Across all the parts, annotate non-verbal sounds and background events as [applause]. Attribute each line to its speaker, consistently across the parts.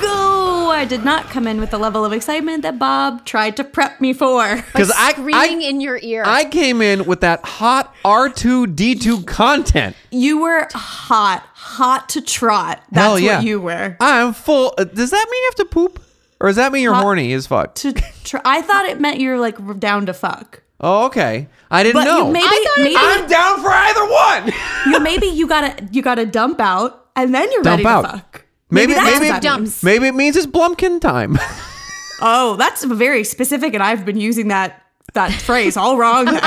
Speaker 1: Go! I did not come in with the level of excitement that Bob tried to prep me for. [laughs]
Speaker 2: Because I,
Speaker 3: Screaming
Speaker 2: I,
Speaker 3: in your ear.
Speaker 2: I came in with that hot R2D2 content.
Speaker 1: You were hot, hot to trot. That's
Speaker 2: Hell yeah.
Speaker 1: what you were.
Speaker 2: I'm full. uh, Does that mean you have to poop? Or does that mean you're
Speaker 1: Hot-
Speaker 2: horny as fuck?
Speaker 1: To tr- I thought it meant you're like down to fuck.
Speaker 2: Oh, okay. I didn't
Speaker 1: But
Speaker 2: know.
Speaker 1: you maybe
Speaker 3: I thought it
Speaker 1: maybe
Speaker 2: I'm down for either one. [laughs]
Speaker 1: [laughs] you maybe you gotta you gotta dump out and then you're
Speaker 2: Dump
Speaker 1: ready
Speaker 2: out.
Speaker 1: to fuck.
Speaker 2: Maybe
Speaker 1: that's
Speaker 2: maybe
Speaker 1: what that
Speaker 3: dumps.
Speaker 1: means.
Speaker 2: Maybe it means it's Blumpkin
Speaker 1: [laughs]
Speaker 2: time.
Speaker 1: Oh, that's very specific, and I've been using that that phrase
Speaker 2: [laughs]
Speaker 1: all wrong. [laughs] then.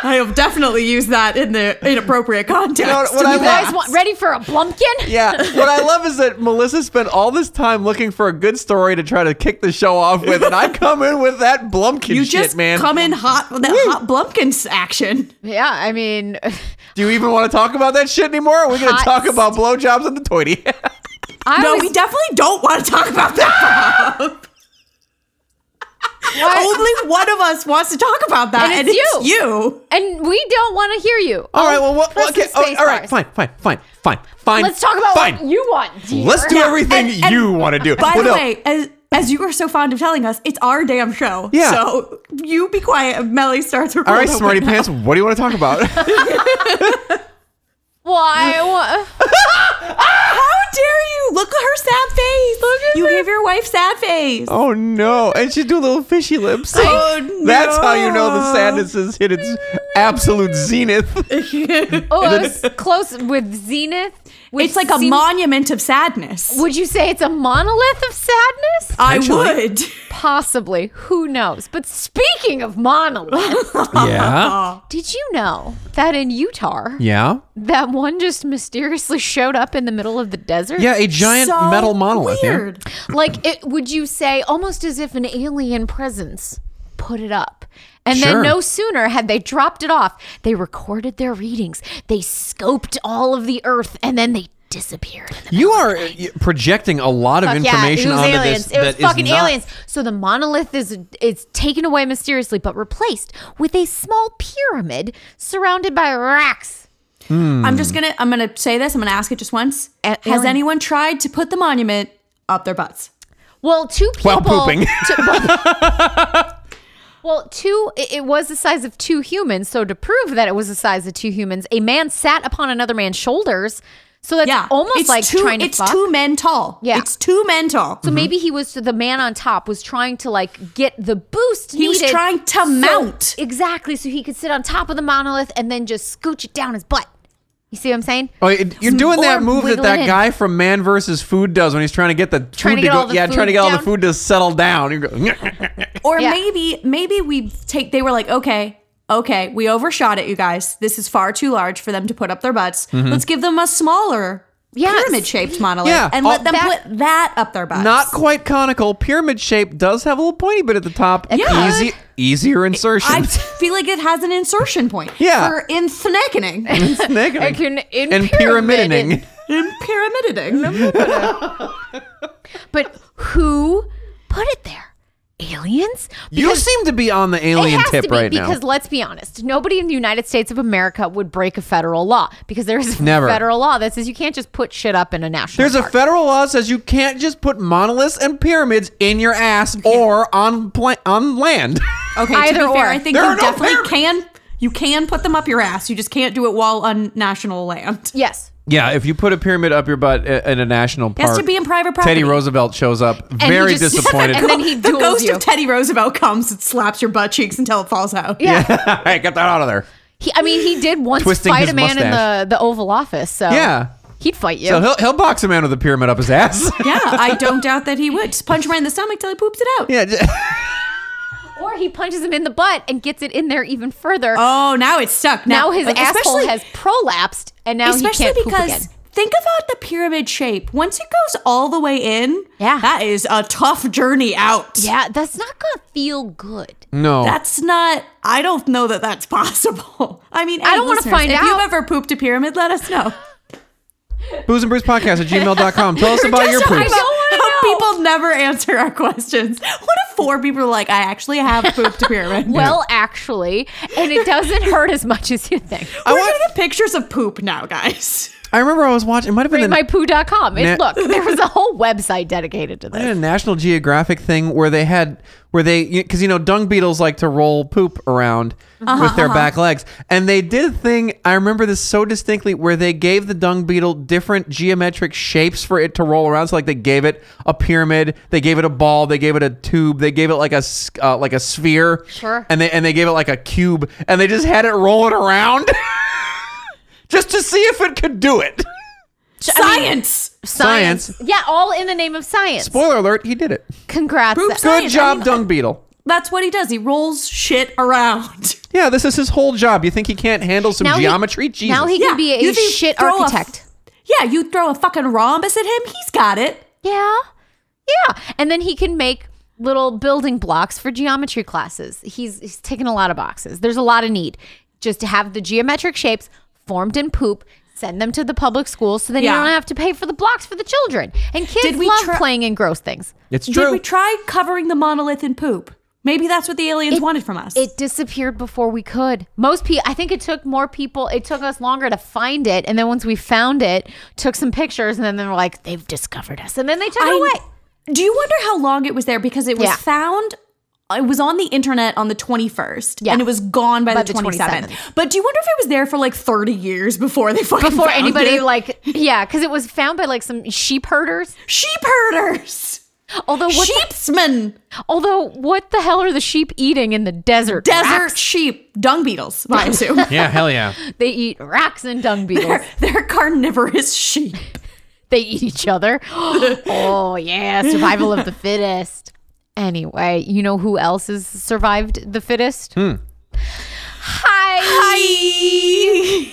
Speaker 1: I have definitely used that in the inappropriate context. [laughs]
Speaker 2: what I
Speaker 3: you guys want ready for a blumpkin?
Speaker 2: [laughs] yeah. What I love is that Melissa spent all this time looking for a good story to try to kick the show off with, and
Speaker 1: [laughs]
Speaker 2: I come in with that Blumpkin
Speaker 1: you
Speaker 2: shit,
Speaker 1: just
Speaker 2: man.
Speaker 1: come in hot with that hot Blumpkins action.
Speaker 3: Yeah, I mean, [laughs]
Speaker 2: Do you even want to talk about that shit anymore? Or are we going to
Speaker 3: Hot
Speaker 2: talk about blowjobs and the toity? [laughs]
Speaker 1: Oh,
Speaker 3: I
Speaker 1: No,
Speaker 3: was,
Speaker 1: we definitely don't want to talk about that. [laughs] Bob.
Speaker 3: what?
Speaker 1: Only one of us wants to talk about that, and,
Speaker 3: And
Speaker 1: it's,
Speaker 3: it's
Speaker 1: you.
Speaker 3: and we don't want to hear you.
Speaker 2: all right. Well, what,
Speaker 3: press
Speaker 2: okay.
Speaker 3: the
Speaker 2: oh,
Speaker 3: space
Speaker 2: all right.
Speaker 3: bars.
Speaker 2: Fine. Fine. Fine. Fine. Fine.
Speaker 3: Let's talk about
Speaker 2: Fine.
Speaker 3: what you want. dear.
Speaker 2: Let's do everything
Speaker 1: and- and-
Speaker 2: you want to do.
Speaker 1: By
Speaker 2: Well,
Speaker 1: the
Speaker 2: no.
Speaker 1: way, as as you are so fond of telling us, it's our damn show.
Speaker 2: Yeah.
Speaker 1: So you be quiet. and Melly starts her.
Speaker 2: All
Speaker 1: [laughs]
Speaker 2: right,
Speaker 1: cold
Speaker 2: Smarty
Speaker 1: open now.
Speaker 2: Pants. What do you want to talk
Speaker 1: [laughs]
Speaker 2: about?
Speaker 3: Why?
Speaker 2: [laughs]
Speaker 3: wha-
Speaker 1: How dare you? Look at her sad face. Look at you gave your wife sad face.
Speaker 2: Oh no! And she do little fishy lips.
Speaker 1: Oh,
Speaker 2: That's how you know
Speaker 1: no.
Speaker 2: the sadness has hit its absolute
Speaker 3: [laughs]
Speaker 2: zenith.
Speaker 3: Oh, I was close with Zenith. which
Speaker 1: It's like a
Speaker 3: seems-
Speaker 1: monument of sadness.
Speaker 3: Would you say it's a monolith of sadness?
Speaker 1: I
Speaker 2: Potentially.
Speaker 1: would.
Speaker 3: Possibly. Who knows? But speaking
Speaker 2: [laughs]
Speaker 3: of monolith,
Speaker 2: Yeah.
Speaker 3: did you know that in Utah,
Speaker 2: Yeah.
Speaker 3: that one just mysteriously showed up in the middle of the desert?
Speaker 2: Yeah. A giant
Speaker 1: So
Speaker 2: metal monolith. yeah.
Speaker 1: Weird.
Speaker 3: Like, it, would you say almost as if an alien presence put it up? And
Speaker 2: Sure.
Speaker 3: then no sooner had they dropped it off, they recorded their readings, they scoped all of the earth, and then they disappeared. In the
Speaker 2: You are uh, projecting a lot of
Speaker 3: Fuck
Speaker 2: information
Speaker 3: yeah, it was
Speaker 2: onto
Speaker 3: aliens.
Speaker 2: this.
Speaker 3: It was
Speaker 2: that is
Speaker 3: fucking
Speaker 2: not-
Speaker 3: aliens. So the monolith is it's taken away mysteriously, but replaced with a small pyramid surrounded by rocks.
Speaker 1: I'm just gonna I'm gonna say this. I'm gonna ask it just once.
Speaker 3: A-
Speaker 1: Has
Speaker 3: alien-
Speaker 1: anyone tried to put the monument up their butts?
Speaker 3: Well, two people.
Speaker 2: While
Speaker 3: [laughs]
Speaker 2: pooping.
Speaker 3: two- well-
Speaker 2: [laughs]
Speaker 3: Well, two, it it was the size of two humans. So, to prove that it was the size of two humans, a man sat upon another man's shoulders. So, that's
Speaker 1: Yeah.
Speaker 3: almost
Speaker 1: it's
Speaker 3: like
Speaker 1: two,
Speaker 3: trying to
Speaker 1: It's
Speaker 3: fuck.
Speaker 1: two men tall.
Speaker 3: Yeah.
Speaker 1: It's two men tall.
Speaker 3: So maybe he was the man on top was trying to like get the boost.
Speaker 1: He was
Speaker 3: needed
Speaker 1: trying to
Speaker 3: so-
Speaker 1: mount.
Speaker 3: exactly so he could sit on top of the monolith and then just scooch it down his butt. You see what I'm saying?
Speaker 2: Oh, it- you're doing that
Speaker 3: Or
Speaker 2: move that
Speaker 3: wiggle
Speaker 2: that
Speaker 3: it in.
Speaker 2: guy from Man vs. Food does when he's trying to get the food
Speaker 3: Trying to get
Speaker 2: go.
Speaker 3: all the
Speaker 2: yeah, trying to
Speaker 3: food
Speaker 2: get all the
Speaker 3: down.
Speaker 2: food to settle down. You go. [laughs]
Speaker 1: Or
Speaker 3: Yeah.
Speaker 1: maybe maybe we take they were like, okay, okay, we overshot it, you guys. This is far too large for them to put up their butts.
Speaker 2: Mm-hmm.
Speaker 1: Let's give them a smaller
Speaker 3: Yes.
Speaker 1: pyramid shaped monolith
Speaker 2: Yeah.
Speaker 1: and
Speaker 2: All-
Speaker 1: let them
Speaker 3: That-
Speaker 1: put that up their butts.
Speaker 2: Not quite conical. Pyramid shape does have a little pointy bit at the top.
Speaker 1: Yeah.
Speaker 2: Easy, easier
Speaker 3: [laughs]
Speaker 2: insertion.
Speaker 1: I feel like it has an insertion point.
Speaker 2: [laughs] Yeah.
Speaker 1: For
Speaker 2: [laughs]
Speaker 1: in thickening.
Speaker 2: It's negative.
Speaker 3: Like in- in
Speaker 2: and
Speaker 3: pyramid-
Speaker 2: pyramiding.
Speaker 1: in pyramiding.
Speaker 3: But who put it there? Aliens?
Speaker 2: You seem to be on the
Speaker 3: it
Speaker 2: alien
Speaker 3: has
Speaker 2: tip
Speaker 3: to be
Speaker 2: right
Speaker 3: because
Speaker 2: now.
Speaker 3: let's be honest, nobody in the United States of America would break a federal law because there is a
Speaker 2: Never.
Speaker 3: federal law that says you can't just put shit up in a national.
Speaker 2: There's a
Speaker 3: park.
Speaker 2: federal law that says you can't just put monoliths and pyramids in your ass or on pla- on land. [laughs]
Speaker 1: Okay,
Speaker 3: Either
Speaker 1: to be fair,
Speaker 3: or.
Speaker 1: I think
Speaker 2: There
Speaker 1: you
Speaker 2: are no
Speaker 1: definitely
Speaker 2: pyramids.
Speaker 1: can you can put them up your ass. You just can't do it while on national land.
Speaker 3: yes.
Speaker 2: yeah, if you put a pyramid up your butt i- in a national
Speaker 1: has
Speaker 2: park,
Speaker 1: to be in private
Speaker 2: Teddy
Speaker 1: property.
Speaker 2: Roosevelt shows up,
Speaker 3: he
Speaker 2: very
Speaker 3: just-
Speaker 2: disappointed.
Speaker 3: And then
Speaker 1: [laughs]
Speaker 3: he
Speaker 1: the
Speaker 3: duels
Speaker 1: ghost
Speaker 3: you.
Speaker 1: of Teddy Roosevelt comes and slaps your butt cheeks until it falls out.
Speaker 3: Yeah.
Speaker 2: [laughs] hey, get that out of there.
Speaker 3: He, I mean, he did once
Speaker 2: Twisting
Speaker 3: fight
Speaker 2: his
Speaker 3: a man
Speaker 2: mustache.
Speaker 3: in the, the Oval Office. So
Speaker 2: Yeah.
Speaker 3: he'd fight you.
Speaker 2: So he'll, he'll box a man with a pyramid up his ass. [laughs]
Speaker 1: Yeah, I don't doubt that he would. Just punch him right in the stomach till he poops it out.
Speaker 2: yeah. j-
Speaker 3: or he punches him in the butt and gets it in there even further.
Speaker 2: Uh,
Speaker 1: Oh, now it's stuck.
Speaker 3: now his
Speaker 1: like,
Speaker 3: asshole
Speaker 1: especially-
Speaker 3: has prolapsed, and now he
Speaker 1: especially
Speaker 3: can't poop
Speaker 1: because
Speaker 3: again.
Speaker 1: think about the pyramid shape. Once it goes all the way in,
Speaker 3: Yeah.
Speaker 1: that is a tough journey out.
Speaker 3: Yeah, that's not gonna feel good.
Speaker 2: No.
Speaker 1: [laughs] That's not. I don't know that that's possible. [laughs] I mean,
Speaker 3: I don't wanna
Speaker 1: listeners,
Speaker 3: find
Speaker 1: if If you've
Speaker 3: out.
Speaker 1: ever pooped a pyramid, let us know.
Speaker 2: Booze and Brews Podcast at gmail.com. Tell us about your
Speaker 1: Just so I
Speaker 2: poops.
Speaker 1: know
Speaker 3: I don't wanna
Speaker 1: How people never answer our questions. What if four people are like, I actually have pooped a
Speaker 3: [laughs]
Speaker 1: pyramid?
Speaker 3: Well, actually, and it doesn't [laughs] hurt as much as you think.
Speaker 2: I,
Speaker 1: We're
Speaker 2: wa-
Speaker 1: gonna get pictures of poop now,
Speaker 3: [laughs]
Speaker 1: guys.
Speaker 2: I remember I was watching, it might have been the,
Speaker 3: RateMyPoo.com. It,
Speaker 2: Na-
Speaker 1: [laughs]
Speaker 3: look, there was a whole website dedicated to
Speaker 2: I
Speaker 3: this.
Speaker 2: had a National Geographic thing where they had where they because you know dung beetles like to roll poop around with their back legs, and they did a thing. I remember this so distinctly where they gave the dung beetle different geometric shapes for it to roll around. So like they gave it a pyramid, they gave it a ball, they gave it a tube, they gave it like a s- uh, like a sphere,
Speaker 3: Sure.
Speaker 2: and they and they gave it like a cube, and they just had it rolling around. [laughs] Just to see if it could do it.
Speaker 1: Science.
Speaker 2: Science.
Speaker 3: Yeah, all in the name of science.
Speaker 2: Spoiler alert, he did it.
Speaker 3: Congrats.
Speaker 1: Boobs.
Speaker 3: Good.
Speaker 2: Good
Speaker 1: Science, I
Speaker 2: job,
Speaker 1: mean-
Speaker 2: dung beetle.
Speaker 1: That's what he does. He rolls shit around. [laughs]
Speaker 2: Yeah, this is his whole job. You think he can't handle some
Speaker 3: Now he-
Speaker 2: geometry? Jesus.
Speaker 3: Now he
Speaker 1: Yeah,
Speaker 3: can be
Speaker 1: you
Speaker 3: a
Speaker 1: think
Speaker 3: shit
Speaker 1: throw a f-
Speaker 3: architect.
Speaker 1: Yeah, you throw a fucking rhombus at him, he's got it.
Speaker 3: yeah. Yeah. And then he can make little building blocks for geometry classes. He's he's taken a lot of boxes. There's a lot of need just to have the geometric shapes formed in poop. Send them to the public schools so then
Speaker 1: Yeah.
Speaker 3: you don't have to pay for the blocks for the children. And kids
Speaker 1: Did we
Speaker 3: love
Speaker 1: try-
Speaker 3: playing in gross things.
Speaker 2: it's
Speaker 1: Did
Speaker 2: true.
Speaker 1: we try covering the monolith in poop? Maybe that's what the aliens wanted from us.
Speaker 3: It disappeared before we could. Most people, I think it took more people. It took us longer to find it, and then once we found it, took some pictures, and then they were like, "They've discovered us," and then they took it
Speaker 1: I-
Speaker 3: away.
Speaker 1: Do you wonder how long it was there? Because it was
Speaker 3: Yeah.
Speaker 1: found. It was on the internet on the 21st,
Speaker 3: Yeah.
Speaker 1: and it was gone by,
Speaker 3: By
Speaker 1: the,
Speaker 3: the
Speaker 1: 27th.
Speaker 3: 27th.
Speaker 1: But do you wonder if it was there for like 30 years before they fucking
Speaker 3: Before
Speaker 1: found
Speaker 3: anybody,
Speaker 1: it?
Speaker 3: like, yeah, because it was found by like some sheep herders.
Speaker 1: sheep herders,
Speaker 3: Although, what? The,
Speaker 1: sheepsmen,
Speaker 3: although, what the hell are the sheep eating in the desert?
Speaker 1: desert
Speaker 3: Rocks?
Speaker 1: sheep, dung beetles. I assume
Speaker 2: yeah, hell
Speaker 3: [laughs]
Speaker 2: yeah.
Speaker 3: They eat rocks and dung beetles.
Speaker 1: [laughs] they're, they're carnivorous sheep.
Speaker 3: they eat each other. [gasps] oh yeah,
Speaker 1: [laughs]
Speaker 3: survival of the fittest. Anyway, you know who else has survived the fittest? Hi.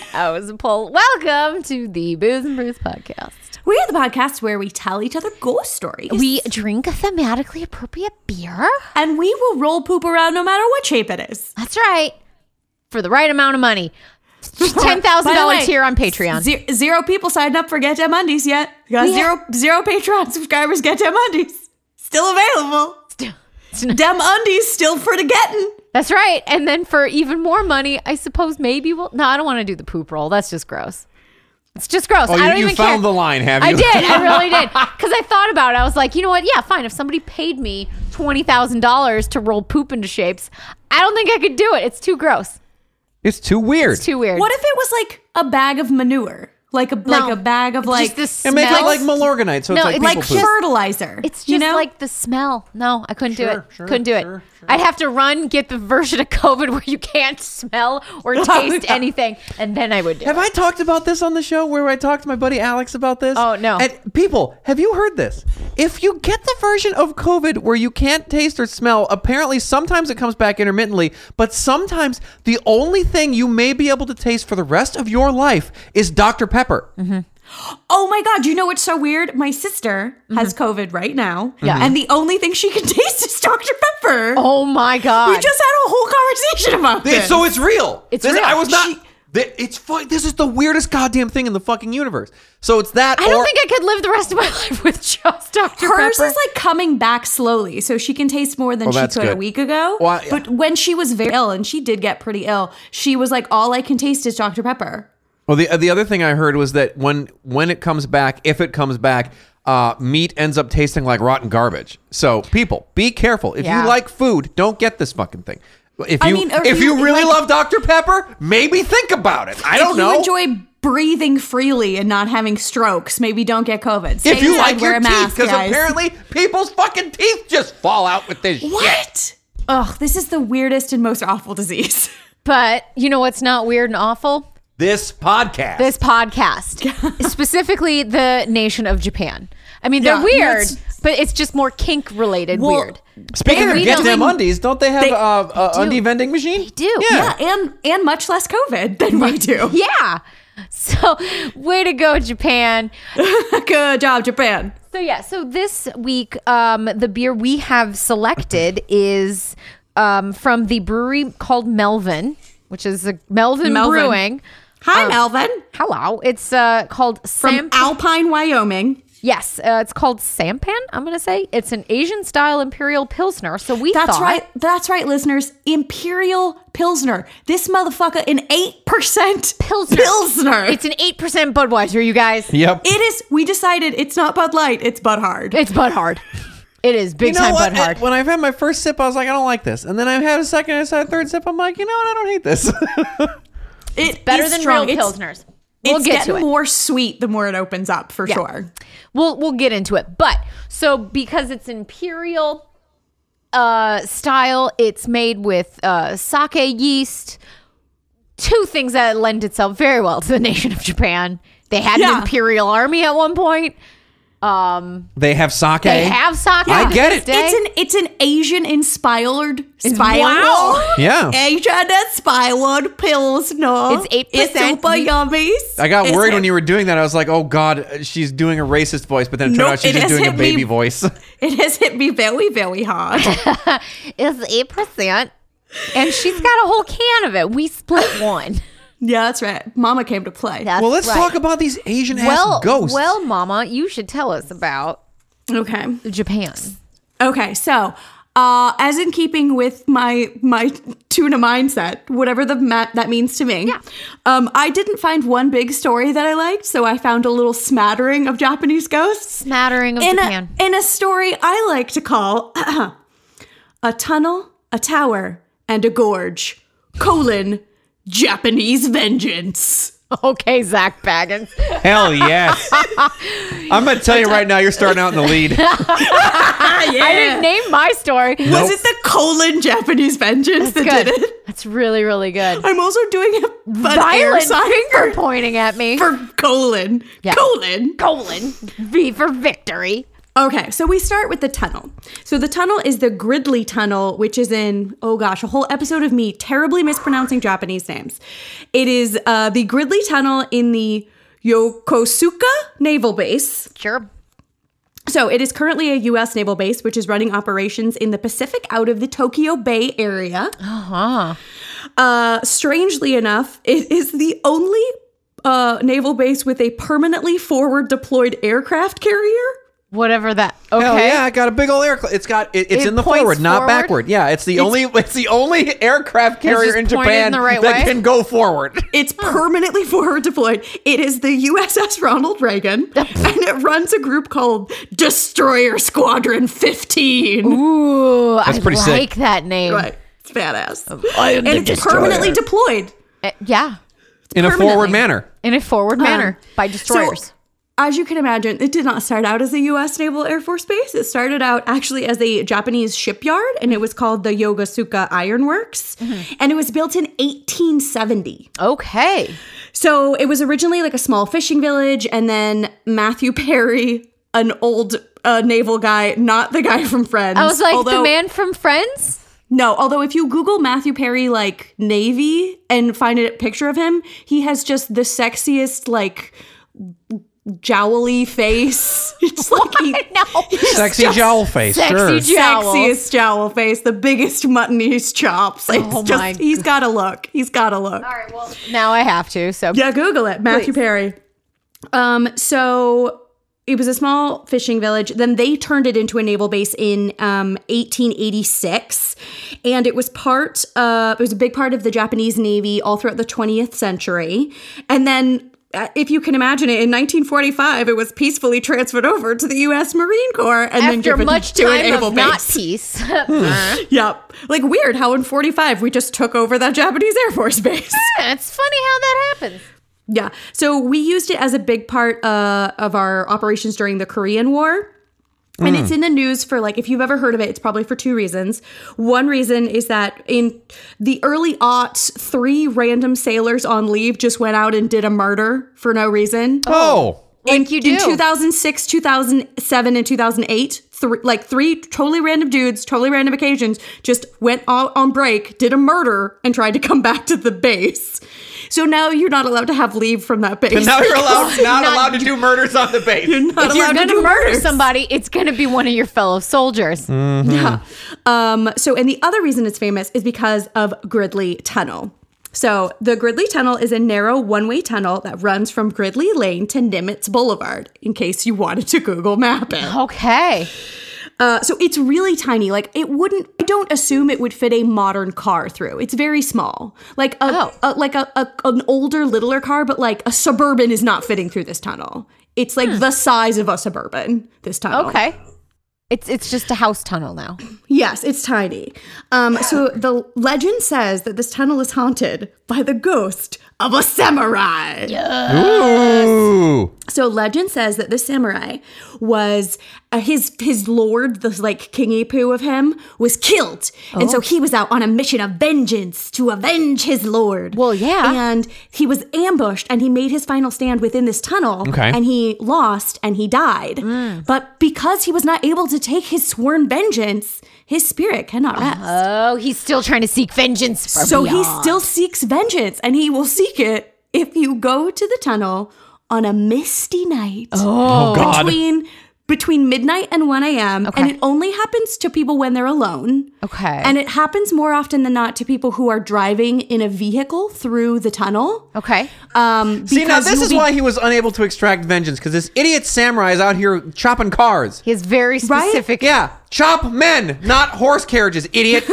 Speaker 1: Hi.
Speaker 3: I was a poll. Welcome to the Booze and Brews podcast.
Speaker 1: We are the podcast where we tell each other ghost stories,
Speaker 3: We drink a thematically appropriate beer.
Speaker 1: and we will roll poop around no matter what shape it is.
Speaker 3: That's right. For the right amount of money. Ten thousand
Speaker 1: By the
Speaker 3: dollar
Speaker 1: way,
Speaker 3: tier on Patreon.
Speaker 1: Ze- Zero, people signed up for Get Dem Undies yet. We got
Speaker 3: We
Speaker 1: zero zero Patreon subscribers. Get Dem Undies still available. Dem Undies still for the getting.
Speaker 3: That's right. And then for even more money, I suppose maybe we'll no, I don't want to do the poop roll. That's just gross. It's just gross.
Speaker 2: Oh,
Speaker 3: I don't
Speaker 2: you, you
Speaker 3: even
Speaker 2: found
Speaker 3: care.
Speaker 2: the line, have you?
Speaker 3: I did. I really did. Because I thought about it. I was like, you know what? Yeah, fine. If somebody paid me $20,000 to roll poop into shapes, I don't think I could do it. It's too gross.
Speaker 2: [laughs] It's too weird.
Speaker 3: It's too weird.
Speaker 1: What if it was like a bag of manure, like a like
Speaker 3: No.
Speaker 1: a bag of
Speaker 3: Just
Speaker 1: like
Speaker 3: the
Speaker 2: and
Speaker 3: smell.
Speaker 2: make it like Milorganite, so
Speaker 3: No,
Speaker 2: it's
Speaker 3: it's
Speaker 2: like
Speaker 1: like
Speaker 2: people
Speaker 3: just-
Speaker 2: poop.
Speaker 1: fertilizer?
Speaker 3: It's just
Speaker 1: you know?
Speaker 3: like the smell. No, I couldn't do
Speaker 2: Sure,
Speaker 3: it.
Speaker 2: sure,
Speaker 3: couldn't do it.
Speaker 2: sure, sure.
Speaker 3: I'd have to run, get the version of COVID [laughs] where you can't smell
Speaker 1: [laughs] Oh,
Speaker 3: or taste anything, and then I would do
Speaker 2: have
Speaker 3: it.
Speaker 2: I talked about this on the show where I talked to my buddy Alex about this?
Speaker 3: Oh, no.
Speaker 2: And people, have you heard this? If you get the version of COVID where you can't taste or smell, apparently sometimes it comes back intermittently, but sometimes the only thing you may be able to taste for the rest of your life is Dr. Pepper.
Speaker 1: oh my god! You know what's so weird? My sister has
Speaker 3: Mm-hmm.
Speaker 1: COVID right now, yeah, and the only thing she can [laughs] taste is Dr Pepper.
Speaker 3: Oh my God.
Speaker 1: we just had a whole conversation about
Speaker 2: Th-
Speaker 1: this.
Speaker 2: So it's real.
Speaker 3: It's
Speaker 2: This-
Speaker 3: real.
Speaker 2: I was not.
Speaker 1: She-
Speaker 2: Th- it's fu- This is the weirdest goddamn thing in the fucking universe. So it's that.
Speaker 3: I don't
Speaker 2: or,
Speaker 3: think I could live the rest of my [laughs] life with just Dr.
Speaker 1: Hers
Speaker 3: Pepper.
Speaker 1: is like coming back slowly, so she can taste more than
Speaker 2: Well,
Speaker 1: she
Speaker 2: that's
Speaker 1: could a
Speaker 2: good.
Speaker 1: week ago.
Speaker 2: Well, I-
Speaker 1: But when she was very ill, and she did get pretty ill, she was like, "All I can taste is Dr Pepper."
Speaker 2: Well, the the other thing I heard was that when when it comes back, if it comes back, uh, meat ends up tasting like rotten garbage. So people, be careful. If
Speaker 3: Yeah.
Speaker 2: you like food, don't get this fucking thing. If
Speaker 1: I
Speaker 2: you
Speaker 1: mean, or
Speaker 2: if you,
Speaker 1: you-
Speaker 2: really
Speaker 1: like-
Speaker 2: love Dr Pepper, maybe think about it. I
Speaker 1: If
Speaker 2: don't
Speaker 1: you
Speaker 2: know.
Speaker 1: enjoy breathing freely and not having strokes, maybe don't get COVID. Stay
Speaker 2: if you
Speaker 1: inside,
Speaker 2: like
Speaker 1: wear
Speaker 2: your
Speaker 1: a
Speaker 2: teeth,
Speaker 1: mask,
Speaker 2: because
Speaker 1: guys.
Speaker 2: apparently people's fucking teeth just fall out with this shit.
Speaker 1: what? Ugh, this is the weirdest and most awful disease. [laughs]
Speaker 3: but you know what's not weird and awful?
Speaker 2: This podcast.
Speaker 1: [laughs]
Speaker 3: This podcast, specifically the nation of Japan. I mean, they're
Speaker 1: Yeah,
Speaker 3: weird,
Speaker 1: that's-
Speaker 3: but it's just more kink related
Speaker 1: Well,
Speaker 3: weird.
Speaker 2: Speaking
Speaker 3: They-
Speaker 2: of
Speaker 3: we
Speaker 2: get
Speaker 3: don't-
Speaker 2: them undies, don't they have
Speaker 1: They-
Speaker 2: a uh, uh,
Speaker 3: do.
Speaker 2: undie vending machine? They
Speaker 3: do.
Speaker 2: Yeah. [laughs]
Speaker 1: yeah, and and much less COVID than we do.
Speaker 3: Yeah. [laughs] So, way to go, Japan.
Speaker 1: Good job, Japan.
Speaker 3: So yeah, so this week, um, the beer we
Speaker 1: [clears throat]
Speaker 3: have selected is um, from the brewery called Melvin, which is a Melvin,
Speaker 1: Melvin.
Speaker 3: Brewing.
Speaker 1: Hi,
Speaker 2: Uh,
Speaker 3: Um,
Speaker 1: Melvin
Speaker 3: Hello, it's uh, called
Speaker 1: from
Speaker 3: Sampan.
Speaker 1: Alpine, Wyoming.
Speaker 3: yes, uh, it's called Sampan. I'm gonna say it's an Asian style imperial pilsner. So we
Speaker 1: That's
Speaker 3: thought-
Speaker 1: right. That's right, listeners. Imperial Pilsner. This motherfucker, an
Speaker 3: [laughs]
Speaker 1: 8%
Speaker 3: Pilsner.
Speaker 1: Pilsner.
Speaker 3: It's an eight percent Budweiser, you guys.
Speaker 2: Yep.
Speaker 1: It is. We decided it's not Bud Light. It's Bud Hard.
Speaker 3: It's Bud Hard. It is big
Speaker 2: you know
Speaker 3: time
Speaker 2: what?
Speaker 3: Bud Hard.
Speaker 2: When I've had my first sip, I was like, I don't like this. And then I had a second, I had a third sip, I'm like, you know what? I don't hate this. [laughs]
Speaker 1: It
Speaker 3: Better
Speaker 1: is
Speaker 3: than
Speaker 1: strong.
Speaker 3: real
Speaker 1: It's-
Speaker 3: pilsners. We'll
Speaker 1: it's
Speaker 3: get
Speaker 1: getting
Speaker 3: to it.
Speaker 1: more sweet the more it opens up for sure.
Speaker 3: we'll we'll get into it. But so because it's imperial uh style, it's made with uh sake yeast. Two things that lend itself very well to the nation of Japan. They had
Speaker 1: Yeah.
Speaker 3: an imperial army at one point. Um,
Speaker 2: they have sake.
Speaker 3: They have sake.
Speaker 2: I
Speaker 3: to
Speaker 2: get it.
Speaker 3: this day.
Speaker 1: It's an it's an Asian inspired inspired
Speaker 3: wow.
Speaker 1: [laughs]
Speaker 2: Yeah.
Speaker 1: Asian inspired pilsner.
Speaker 3: It's 8%.
Speaker 1: It's super yummy.
Speaker 2: I got
Speaker 1: It's
Speaker 2: worried
Speaker 1: hip.
Speaker 2: when you were doing that. I was like, "Oh God, she's doing a racist voice," but then it turned
Speaker 1: Nope,
Speaker 2: out she's
Speaker 1: it
Speaker 2: just
Speaker 1: has
Speaker 2: doing a
Speaker 1: hit me-
Speaker 2: baby
Speaker 3: [laughs]
Speaker 2: voice.
Speaker 1: It has hit me very very
Speaker 2: [laughs]
Speaker 1: hard.
Speaker 3: it's eight percent. And she's got a whole can of it. We [laughs] split one.
Speaker 1: yeah, that's right. Mama came to play.
Speaker 3: That's
Speaker 2: well, let's
Speaker 3: right.
Speaker 2: talk about these Asian
Speaker 3: well,
Speaker 2: ass ghosts.
Speaker 3: well, Mama, you should tell us about
Speaker 1: Okay.
Speaker 3: Japan.
Speaker 1: Okay, so uh, as in keeping with my my tuna mindset, whatever the ma- that means to me,
Speaker 3: Yeah.
Speaker 1: um, I didn't find one big story that I liked, so I found a little smattering of Japanese ghosts
Speaker 3: Smattering of
Speaker 1: in
Speaker 3: Japan. [laughs]
Speaker 1: a in a story I like to call [clears throat] a tunnel, a tower, and a gorge colon Japanese vengeance.
Speaker 3: okay, Zach Baggins.
Speaker 2: Hell
Speaker 3: [laughs]
Speaker 2: yes. I'm gonna tell you right now, you're starting out in the lead.
Speaker 1: Ah, yeah.
Speaker 3: I didn't name my story.
Speaker 1: Was it the colon Japanese vengeance that
Speaker 3: good.
Speaker 1: did it?
Speaker 3: That's really, really good. [laughs]
Speaker 1: I'm also doing a an air
Speaker 3: Violent
Speaker 1: sign
Speaker 3: finger
Speaker 1: for-
Speaker 3: [laughs] pointing at me.
Speaker 1: for colon.
Speaker 3: Yeah.
Speaker 1: Colon.
Speaker 3: colon. V for victory.
Speaker 1: Okay, so we start with the tunnel. So the tunnel is the Gridley Tunnel, which is in, oh gosh, a whole episode of me terribly mispronouncing Japanese names. It is uh, the Gridley Tunnel in the Yokosuka Naval Base.
Speaker 3: Sure.
Speaker 1: So it is currently a U.S. naval base, which is running operations in the Pacific out of the Tokyo Bay area.
Speaker 3: Uh-huh.
Speaker 1: Uh, strangely enough, it is the only uh, naval base with a permanently forward deployed aircraft carrier.
Speaker 3: Whatever that. Okay.
Speaker 2: Hell yeah! I got a big old aircraft. It's got it, it's
Speaker 3: It
Speaker 2: in the
Speaker 3: points
Speaker 2: forward, not
Speaker 3: forward?
Speaker 2: backward. Yeah, it's the only [laughs] it's the only aircraft carrier
Speaker 3: just
Speaker 2: in
Speaker 3: pointed
Speaker 2: Japan
Speaker 3: in the right
Speaker 2: that
Speaker 3: way?
Speaker 2: can go
Speaker 3: [laughs]
Speaker 2: forward.
Speaker 1: It's permanently [laughs] forward deployed. It is the USS Ronald
Speaker 3: [laughs]
Speaker 1: Reagan, and it runs a group called Destroyer Squadron 15.
Speaker 3: Ooh, I
Speaker 2: pretty sick.
Speaker 3: like that name.
Speaker 1: Right. It's badass.
Speaker 3: I am
Speaker 1: And it's permanently deployed.
Speaker 3: Uh, yeah.
Speaker 2: in a forward
Speaker 1: permanently.
Speaker 2: manner.
Speaker 3: In a forward manner by
Speaker 1: Um, So,
Speaker 3: destroyers.
Speaker 1: as you can imagine, it did not start out as a U.S. Naval Air Force base. It started out actually as a Japanese shipyard, and it was called the Yokosuka Ironworks,
Speaker 3: Mm-hmm.
Speaker 1: and it was built in 1870.
Speaker 3: okay.
Speaker 1: So it was originally like a small fishing village, and then Matthew [laughs] Perry, an old uh, naval guy, not the guy from Friends.
Speaker 3: I was like
Speaker 1: although,
Speaker 3: the man from [laughs] Friends.
Speaker 1: No, although if you Google Matthew Perry like Navy and find a picture of him, he has just the sexiest like jowly face. [laughs] It's like he,
Speaker 2: Sexy jowl face.
Speaker 3: Sexy
Speaker 2: sure.
Speaker 3: jowl.
Speaker 1: sexiest jowl face, the biggest mutton—he's chops. It's
Speaker 3: Oh
Speaker 1: just
Speaker 3: my
Speaker 1: he's got a look. He's got a look.
Speaker 3: All right. Well, now I have to. So
Speaker 1: Yeah, Google it. Matthew Perry. Um, so it was a small fishing village. Then they turned it into a naval base in um, 1886, and it was part. Uh, it was a big part of the Japanese Navy all throughout the 20th century, and then. uh, If you can imagine it, in 1945, it was peacefully transferred over to the U.S. Marine Corps and then
Speaker 3: after
Speaker 1: given
Speaker 3: much
Speaker 1: to Hmm.
Speaker 3: time
Speaker 1: an naval
Speaker 3: of
Speaker 1: [laughs]
Speaker 3: not
Speaker 1: base.
Speaker 3: peace, [laughs]
Speaker 1: Yep, like weird how in 45 we just took over that Japanese Air Force base. [laughs]
Speaker 3: it's funny how that happens.
Speaker 1: Yeah. So we used it as a big part uh, of our operations during the Korean War. And it's in the news for like, if you've ever heard of it, it's probably for two reasons. One reason is that in the early aughts, three random sailors on leave just went out and did a murder for no reason.
Speaker 2: Oh.
Speaker 3: Like you do.
Speaker 1: In 2006, 2007, and 2008, three, like three totally random dudes, totally random [laughs] occasions, just went out on break, did a murder, and tried to come back to the base. So now you're not allowed to have leave from that base.
Speaker 2: And now you're
Speaker 3: [laughs]
Speaker 1: [laughs]
Speaker 2: allowed not,
Speaker 3: Not-
Speaker 2: allowed to do murders on the base.
Speaker 1: not
Speaker 3: If you're
Speaker 1: allowed
Speaker 3: going to
Speaker 1: do
Speaker 3: murder
Speaker 1: murders.
Speaker 3: somebody, it's going to be one of your fellow soldiers.
Speaker 2: Hmm.
Speaker 1: Yeah. Um, so, and the other reason it's famous is because of Gridley Tunnel. So, the Gridley Tunnel is a narrow one way tunnel that runs from Gridley Lane to Nimitz Boulevard, in case you wanted to Google map it.
Speaker 3: Okay.
Speaker 1: Uh, so, it's really tiny. Like, it wouldn't, I don't assume it would fit a modern car through. It's very small. Like, a,
Speaker 3: Oh.
Speaker 1: a- like a, a, an older, littler car, but like a suburban is not fitting through this tunnel. It's like the size of a suburban, this
Speaker 2: Oh.
Speaker 1: tunnel.
Speaker 3: Hmm. Okay. It's it's just a house tunnel now.
Speaker 1: Yes, it's tiny. Um, so the legend says that this tunnel is haunted by the ghost of a samurai.
Speaker 3: Oh,
Speaker 2: Ooh.
Speaker 1: So legend says that this samurai was uh, his his lord, the like King Ipu of him, was killed, and
Speaker 3: Oh.
Speaker 1: so he was out on a mission of vengeance to avenge his lord.
Speaker 3: Well, yeah.
Speaker 1: and he was ambushed, and he made his final stand within this tunnel,
Speaker 2: Okay.
Speaker 1: and he lost, and he died.
Speaker 3: Mm.
Speaker 1: But because he was not able to take his sworn vengeance, his spirit cannot rest.
Speaker 3: Oh, he's still trying to seek vengeance. From
Speaker 1: So he
Speaker 3: beyond.
Speaker 1: still seeks vengeance, and he will seek it if you go to the tunnel on a misty night
Speaker 2: Oh, God.
Speaker 1: between between midnight and 1 a.m. And it only happens to people when they're alone.
Speaker 3: Okay.
Speaker 1: And it happens more often than not to people who are driving in a vehicle through the tunnel.
Speaker 3: okay.
Speaker 1: Um,
Speaker 2: See, now
Speaker 1: because
Speaker 2: this
Speaker 1: you'll
Speaker 2: is
Speaker 1: be-
Speaker 2: why he was unable to extract vengeance because this idiot samurai is out here chopping cars.
Speaker 3: He has very
Speaker 1: Right?
Speaker 3: specific.
Speaker 2: Yeah, chop men, not horse carriages, idiot.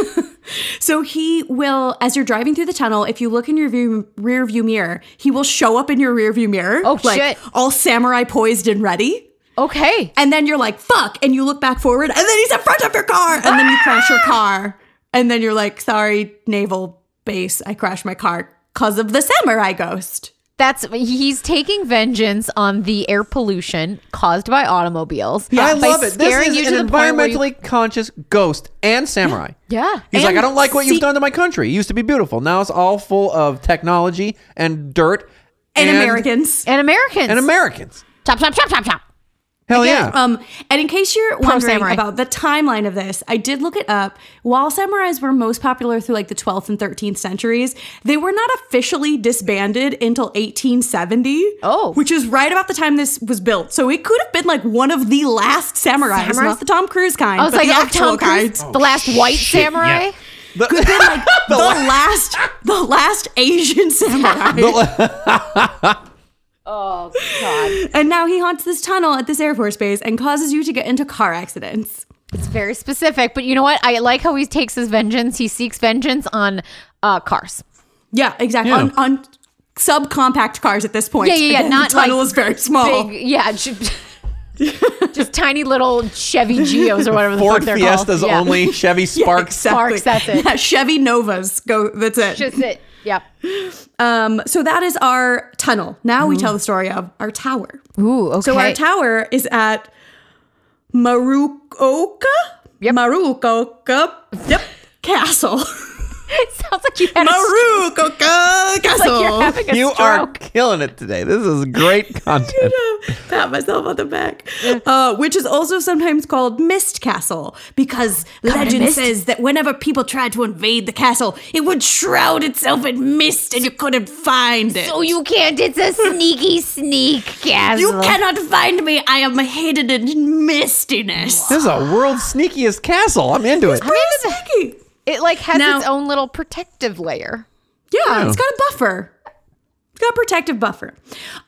Speaker 1: So he will, as you're driving through the tunnel, if you look in your view, rear view mirror, he will show up in your rear view mirror.
Speaker 3: Oh,
Speaker 1: like,
Speaker 3: shit.
Speaker 1: All samurai poised and ready.
Speaker 3: Okay.
Speaker 1: And then you're like, fuck. And you look back forward and then he's in front of your car. And then you crash your car. And then you're like, sorry, naval base, I crashed my car because of the samurai ghost.
Speaker 3: That's he's taking vengeance on the air pollution caused by automobiles.
Speaker 2: I
Speaker 3: by
Speaker 2: love it. This
Speaker 3: scaring
Speaker 2: is
Speaker 3: you to
Speaker 2: an
Speaker 3: the point where you-
Speaker 2: environmentally conscious ghost and samurai.
Speaker 3: Yeah.
Speaker 2: He's
Speaker 1: And
Speaker 2: like, I don't like what
Speaker 1: see-
Speaker 2: you've done to my country. It used to be beautiful. Now it's all full of technology and dirt
Speaker 1: And, Americans.
Speaker 3: And Americans.
Speaker 2: and Americans.
Speaker 3: Chop, chop, chop, chop, chop.
Speaker 2: Hell yeah.
Speaker 1: Um, and in case you're wondering
Speaker 3: samurai.
Speaker 1: about the timeline of this, I did look it up. While samurais were most popular through like the 12th and 13th centuries, they were not officially disbanded until 1870.
Speaker 3: Oh.
Speaker 1: which is right about the time this was built. So it could have been like one of the last samurais,
Speaker 3: Samurais?
Speaker 1: not the Tom Cruise kind,
Speaker 3: I was
Speaker 1: but
Speaker 3: like,
Speaker 1: the
Speaker 3: oh,
Speaker 1: actual
Speaker 3: Tom Cruise,
Speaker 1: kind.
Speaker 3: the last white samurai.
Speaker 4: yeah.
Speaker 2: The-
Speaker 1: Could have been
Speaker 2: [laughs]
Speaker 1: like [laughs] the, last, the last Asian
Speaker 3: [laughs]
Speaker 1: samurai.
Speaker 3: Oh God,
Speaker 1: and now he haunts this tunnel at this Air Force base and causes you to get into car accidents.
Speaker 3: it's very specific. But you know what? I like how he takes his vengeance. He seeks vengeance on uh, cars.
Speaker 1: Yeah, exactly.
Speaker 2: Yeah.
Speaker 1: On, on subcompact cars at this point.
Speaker 3: Yeah, yeah, yeah,
Speaker 1: Again, [laughs]
Speaker 3: not
Speaker 1: the tunnel
Speaker 3: like
Speaker 1: is very
Speaker 2: Oh.
Speaker 1: small.
Speaker 3: Big, yeah, ju- [laughs] just tiny little Chevy Geos or whatever the
Speaker 2: Ford
Speaker 3: fuck they're
Speaker 2: Fiesta's
Speaker 3: called. Yeah. [laughs]
Speaker 2: only Chevy Sparks. [laughs]
Speaker 1: Exactly.
Speaker 3: Sparks, that's it.
Speaker 1: Yeah, [laughs] Chevy Novas. Go. That's it.
Speaker 3: Just it. Yep.
Speaker 1: Um. So that is our tunnel. Now we tell the story of our tower.
Speaker 3: Ooh. Okay.
Speaker 1: So our
Speaker 3: [laughs]
Speaker 1: tower is at Maruoka.
Speaker 3: Yep.
Speaker 1: Maruoka. Yep.
Speaker 3: [laughs]
Speaker 1: Castle.
Speaker 3: sounds like you had a,
Speaker 1: Maruoka Castle.
Speaker 3: like you're having a
Speaker 2: you are
Speaker 3: stroke.
Speaker 2: killing it today. This is
Speaker 3: [laughs]
Speaker 2: great content.
Speaker 1: [laughs] pat myself on the back. Uh, which is also sometimes called Mist Castle because legend
Speaker 3: mist?
Speaker 1: says that whenever people tried to invade the castle, it would shroud itself in mist and you couldn't find it.
Speaker 3: Oh, you can't. It's a sneaky sneak, Castle.
Speaker 1: you cannot find me. I am hidden in mistiness.
Speaker 2: This is a world's sneakiest castle. I'm into it.
Speaker 1: Sneaky.
Speaker 3: It like has
Speaker 1: Now-
Speaker 3: its own little protective layer.
Speaker 1: Yeah, it's got a buffer. It's got a protective buffer.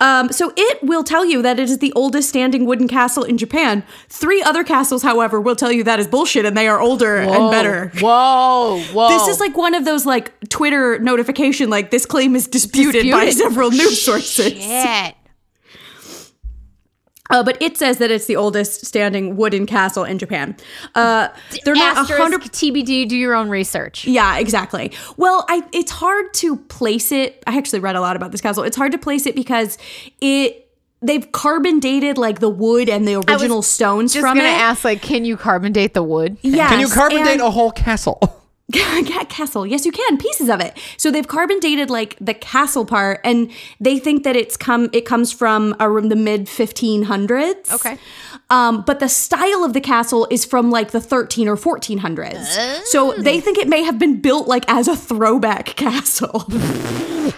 Speaker 1: Um, so it will tell you that it is the oldest standing wooden castle in Japan. Three other castles, however, will tell you that is bullshit and they are older and better.
Speaker 3: Whoa, whoa.
Speaker 1: This is like one of those like Twitter notification, like this claim is disputed, by
Speaker 3: Disputed.
Speaker 1: several news sources.
Speaker 3: shit.
Speaker 1: Uh, but it says that it's the oldest standing wooden castle in Japan. Uh, they're not a
Speaker 3: Asterisk
Speaker 1: hundred.
Speaker 3: TBD. Do your own research.
Speaker 1: Yeah, exactly. Well, I it's hard to place it. I actually read a lot about this castle. It's hard to place it because it they've carbon dated like the wood and the original stones
Speaker 3: Just
Speaker 1: from
Speaker 3: gonna
Speaker 1: it.
Speaker 3: ask, like, can you carbon date the wood?
Speaker 1: yes,
Speaker 2: Can you carbon date
Speaker 1: and- [laughs]
Speaker 2: a whole castle? [laughs]
Speaker 1: Ca- castle. Yes, you can pieces of it. So they've carbon dated like the castle part, and they think that it's come. It comes from around the mid 1500s.
Speaker 3: Okay.
Speaker 1: Um, but the style of the castle is from like the 13 or 1400s. So
Speaker 3: Oh.
Speaker 1: they think it may have been built like as a throwback [laughs] castle.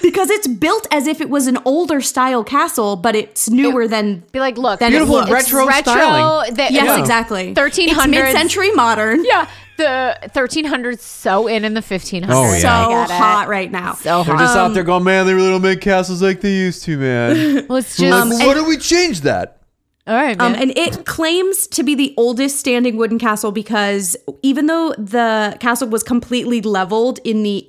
Speaker 1: because it's built as if it was an older style castle, but it's newer than
Speaker 3: Be like, look,
Speaker 1: Then it Beautiful
Speaker 3: it's
Speaker 2: retro
Speaker 3: retro
Speaker 2: styling.
Speaker 3: that-
Speaker 1: Yes,
Speaker 3: look,
Speaker 1: exactly.
Speaker 3: 1300s.
Speaker 1: It's mid-century modern.
Speaker 3: Yeah, the 1300s so in in the 1500s.
Speaker 2: Oh,
Speaker 1: So
Speaker 2: yeah.
Speaker 3: I get it.
Speaker 1: hot right now.
Speaker 3: So
Speaker 2: They're
Speaker 3: hot.
Speaker 2: just out there going, man, they really don't make castles like they used to,
Speaker 3: [laughs]
Speaker 2: man.
Speaker 3: Let's just
Speaker 2: Why do we change that?
Speaker 3: all right,
Speaker 1: Um,
Speaker 3: man.
Speaker 1: and it claims to be the oldest standing wooden castle because even though the castle was completely leveled in the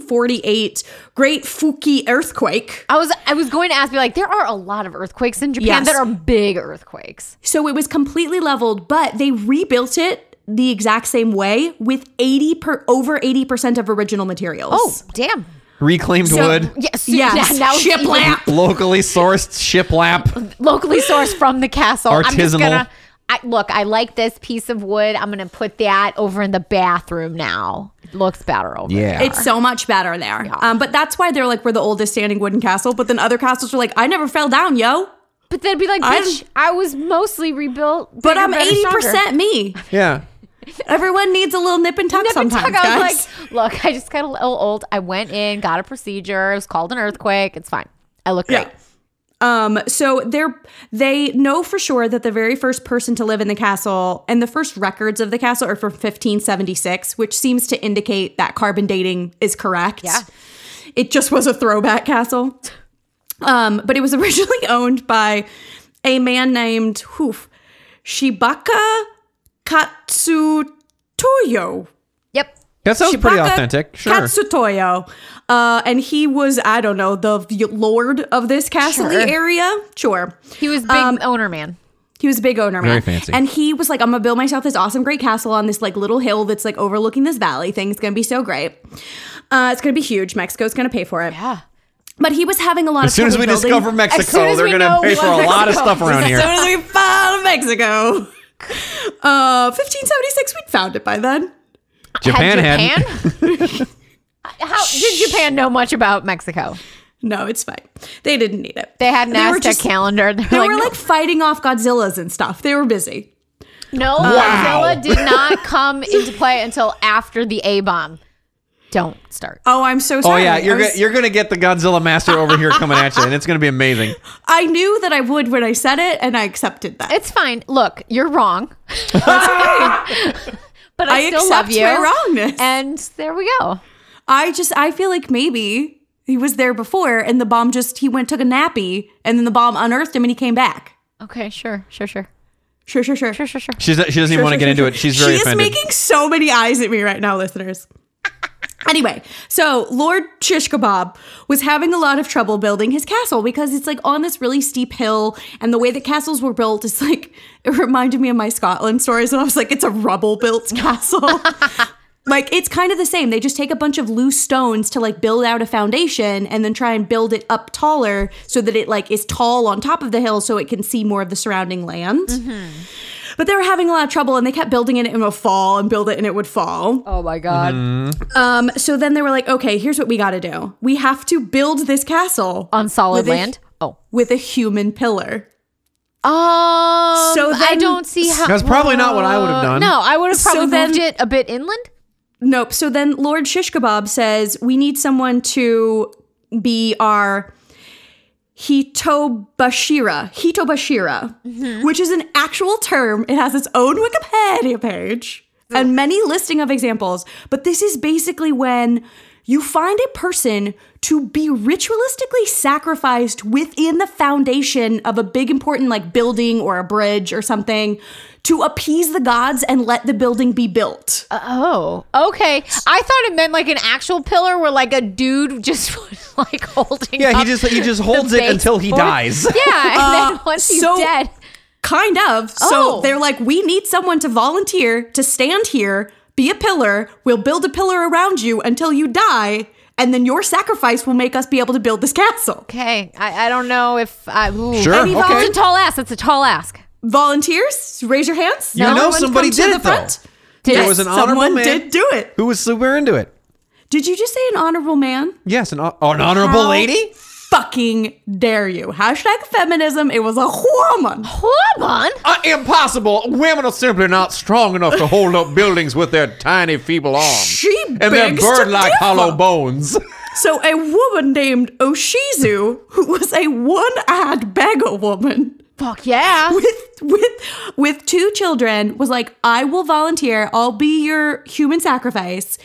Speaker 1: 1848 Great Fuki earthquake,
Speaker 3: I was I was going to ask, be like, there are a lot of earthquakes in Japan
Speaker 1: Yes.
Speaker 3: that are big earthquakes.
Speaker 1: so it was completely leveled, but they rebuilt it the exact same way with 80 per over 80% of original materials.
Speaker 3: Oh, damn.
Speaker 2: Reclaimed wood,
Speaker 3: Yes,
Speaker 1: Yes.
Speaker 3: yeah, now it's even
Speaker 1: Shiplap.
Speaker 2: locally sourced shiplap.
Speaker 3: locally sourced from the castle. I'm just
Speaker 2: Artisanal.
Speaker 3: gonna I, look. I like this piece of wood. I'm gonna put that over in the bathroom now. It looks better over.
Speaker 2: Yeah.
Speaker 1: It's so much better there. Um, but that's why they're like, we're the oldest standing wooden castle. But then other castles are like, I never fell down, yo.
Speaker 3: But they'd be like,
Speaker 1: I'm-
Speaker 3: bitch, I was mostly rebuilt.
Speaker 1: But
Speaker 3: bigger,
Speaker 1: I'm
Speaker 3: better,
Speaker 1: 80%
Speaker 3: stronger."
Speaker 1: me.
Speaker 3: [laughs]
Speaker 2: Yeah.
Speaker 1: Everyone needs a little nip and tuck
Speaker 3: Nip
Speaker 1: [laughs]
Speaker 3: and
Speaker 1: sometimes,
Speaker 3: tuck, I
Speaker 1: guys.
Speaker 3: was like, look, I just got a little old. I went in, got a procedure. It was called an earthquake. It's fine. I look great.
Speaker 1: Yeah. Um, so they're they know for sure that the very first person to live in the castle and the first records of the castle are from 1576, which seems to indicate that carbon dating is correct.
Speaker 3: Yeah.
Speaker 1: It just was a throwback castle. Um, but it was [laughs] originally owned by a man named Hoof Shibaka Katsutoyo.
Speaker 3: Yep.
Speaker 2: That sounds Oh, pretty
Speaker 1: Shibaka
Speaker 2: authentic. Sure.
Speaker 1: Katsutoyo. Uh, and he was, I don't know, the v- lord of this castle
Speaker 3: Sure.
Speaker 1: area. Sure.
Speaker 3: He was big
Speaker 1: Um,
Speaker 3: owner man.
Speaker 1: He was a big owner,
Speaker 2: Very
Speaker 1: man.
Speaker 2: fancy.
Speaker 1: And he was like, I'm gonna build myself this awesome great castle on this like little hill that's like overlooking this valley thing. It's gonna be so great. Uh, it's gonna be huge. Mexico's gonna pay for it.
Speaker 3: Yeah.
Speaker 1: But he was having a lot of
Speaker 2: as soon as
Speaker 1: trouble
Speaker 2: we
Speaker 1: building-
Speaker 2: discover
Speaker 3: As soon
Speaker 2: Mexico,
Speaker 3: as
Speaker 2: they're
Speaker 3: we
Speaker 2: going to
Speaker 3: know
Speaker 2: pay for
Speaker 3: what
Speaker 2: a lot of
Speaker 3: Mexico
Speaker 2: stuff around
Speaker 1: As
Speaker 2: here.
Speaker 1: soon as we found Mexico. [laughs] Uh, 1576, we'd found it by then.
Speaker 2: Japan had.
Speaker 3: Had Japan?
Speaker 1: [laughs]
Speaker 3: How did Japan know much about Mexico?
Speaker 1: No, it's fine. They didn't need it.
Speaker 3: They had an
Speaker 1: were
Speaker 3: Aztec
Speaker 1: just-
Speaker 3: calendar. They're
Speaker 1: [laughs] They
Speaker 3: like,
Speaker 1: were like fighting off Godzillas and stuff. They were busy.
Speaker 3: no,
Speaker 2: Wow.
Speaker 3: Godzilla did not come into play until after the A bomb. Don't start.
Speaker 1: Oh, I'm so
Speaker 2: Oh
Speaker 1: sorry.
Speaker 2: yeah, you're
Speaker 1: I, was-
Speaker 2: gonna, you're gonna get the Godzilla master over here coming at you, and it's gonna be amazing.
Speaker 1: I knew that I would when I said it, and I accepted that.
Speaker 3: It's fine. Look, you're wrong, [laughs] but I,
Speaker 1: I
Speaker 3: still love
Speaker 1: accept
Speaker 3: you.
Speaker 1: my wrongness.
Speaker 3: And there we go.
Speaker 1: I just I feel like maybe he was there before and the bomb just he went took a nappy and then the bomb unearthed him and he came back.
Speaker 3: Okay, sure, sure, sure,
Speaker 1: Sure, sure, sure.
Speaker 3: sure, sure, sure.
Speaker 2: She's, she doesn't even want to get into it. She's very
Speaker 1: she
Speaker 2: offended.
Speaker 1: is making so many eyes at me right now, listeners. [laughs] anyway, so Lord Shish Kebab was having a lot of trouble building his castle because it's like on this really steep hill, and the way that castles were built is [laughs] like it reminded me of my Scotland stories, and I was like, it's a rubble built [laughs] castle. Like it's kind of the same. They just take a bunch of loose stones to like build out a foundation and then try and build it up taller so that it like is tall on top of the hill so it can see more of the surrounding land. But they were having a lot of trouble and they kept building it and it would fall and build it and it would fall.
Speaker 3: Oh my god.
Speaker 2: Mm-hmm.
Speaker 1: Um, so then they were like, okay, here's what we got to do. We have to build this castle
Speaker 3: On solid
Speaker 1: With a-
Speaker 3: land. oh.
Speaker 1: with a human pillar.
Speaker 3: Um,
Speaker 1: So
Speaker 3: I
Speaker 1: then-
Speaker 3: don't see how.
Speaker 2: That's probably not what I would have done.
Speaker 3: No, I would have
Speaker 1: So
Speaker 3: probably
Speaker 1: then-
Speaker 3: moved it a bit inland.
Speaker 1: Nope. So then Lord Shish Kebab says, we need someone to be our Hitobashira. Hitobashira, which is an actual term. It has its own Wikipedia page and many listing of examples. But this is basically when you find a person to be ritualistically sacrificed within the foundation of a big important like building or a bridge or something to appease the gods and let the building be built.
Speaker 3: Oh, okay. I thought it meant like an actual pillar where like a dude [laughs] just was like holding.
Speaker 2: Yeah, he
Speaker 3: up
Speaker 2: just- he just
Speaker 3: the
Speaker 2: holds it
Speaker 3: base
Speaker 2: until he
Speaker 3: board.
Speaker 2: dies.
Speaker 3: [laughs] Yeah, and then
Speaker 1: Uh,
Speaker 3: once he's
Speaker 1: so-
Speaker 3: dead,
Speaker 1: Kind of.
Speaker 3: Oh.
Speaker 1: So they're like, we need someone to volunteer to stand here, be a pillar. We'll build a pillar around you until you die, and then your sacrifice will make us be able to build this castle.
Speaker 3: okay. I, I don't know if I ooh.
Speaker 2: Sure,
Speaker 3: Any vol-
Speaker 2: okay.
Speaker 3: It's a tall ask. That's a tall ask.
Speaker 1: Volunteers, raise your hands.
Speaker 2: You know
Speaker 1: Everyone
Speaker 2: somebody
Speaker 1: come to
Speaker 2: did
Speaker 1: the
Speaker 2: it, though.
Speaker 1: front.
Speaker 3: Did
Speaker 2: There
Speaker 3: it-
Speaker 2: was an honorable
Speaker 1: Someone
Speaker 2: man
Speaker 1: did do it.
Speaker 2: who was super into it.
Speaker 1: Did you just say an honorable man?
Speaker 2: Yes, an, oh, an honorable
Speaker 1: How
Speaker 2: lady.
Speaker 1: Fucking dare you. Hashtag feminism. It was a woman.
Speaker 3: woman?
Speaker 2: Uh, impossible. Women are simply not strong enough to hold up buildings with their tiny, feeble arms.
Speaker 1: She
Speaker 2: and their
Speaker 1: begs to
Speaker 2: bird-like
Speaker 1: differ.
Speaker 2: hollow bones.
Speaker 1: So a woman named Oshizu, who was a one-eyed beggar woman
Speaker 3: Fuck yeah.
Speaker 1: with with with two children, was like, I will volunteer, I'll be your human sacrifice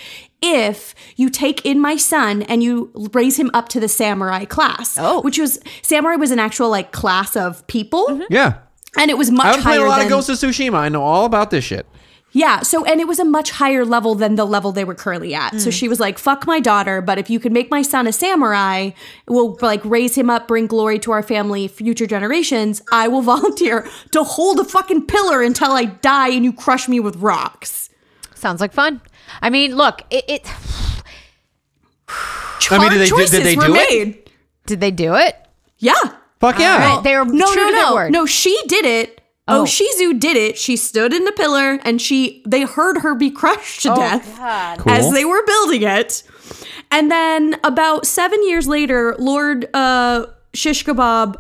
Speaker 1: if you take in my son and you raise him up to the samurai class.
Speaker 3: Oh.
Speaker 1: Which was samurai was an actual like class of people.
Speaker 2: yeah,
Speaker 1: And it was much
Speaker 2: I've played
Speaker 1: higher
Speaker 2: a lot
Speaker 1: than,
Speaker 2: of Ghost of Tsushima. I know all about this shit.
Speaker 1: Yeah. So, and it was a much higher level than the level they were currently at.
Speaker 2: Mm.
Speaker 1: So she was like, fuck my daughter, but if you can make my son a samurai, we'll like raise him up, bring glory to our family, future generations. I will [laughs] volunteer to hold a fucking pillar until I die and you crush me with rocks.
Speaker 3: Sounds like fun. I mean, look, it, it
Speaker 2: I mean,
Speaker 1: Hard
Speaker 2: did they- did
Speaker 1: choices
Speaker 2: they
Speaker 1: were
Speaker 2: do it?
Speaker 1: made.
Speaker 3: did they do it?
Speaker 1: Yeah.
Speaker 2: Fuck yeah.
Speaker 3: right, they were
Speaker 1: no,
Speaker 3: true
Speaker 1: no, no,
Speaker 3: to their word.
Speaker 1: no. She did it.
Speaker 3: Oh.
Speaker 1: Oh. Shizu did it. She stood in the pillar and she they heard her be crushed
Speaker 2: Oh,
Speaker 1: to death as
Speaker 2: Cool.
Speaker 1: they were building it. And then about seven years later, Lord uh, Shish Kebab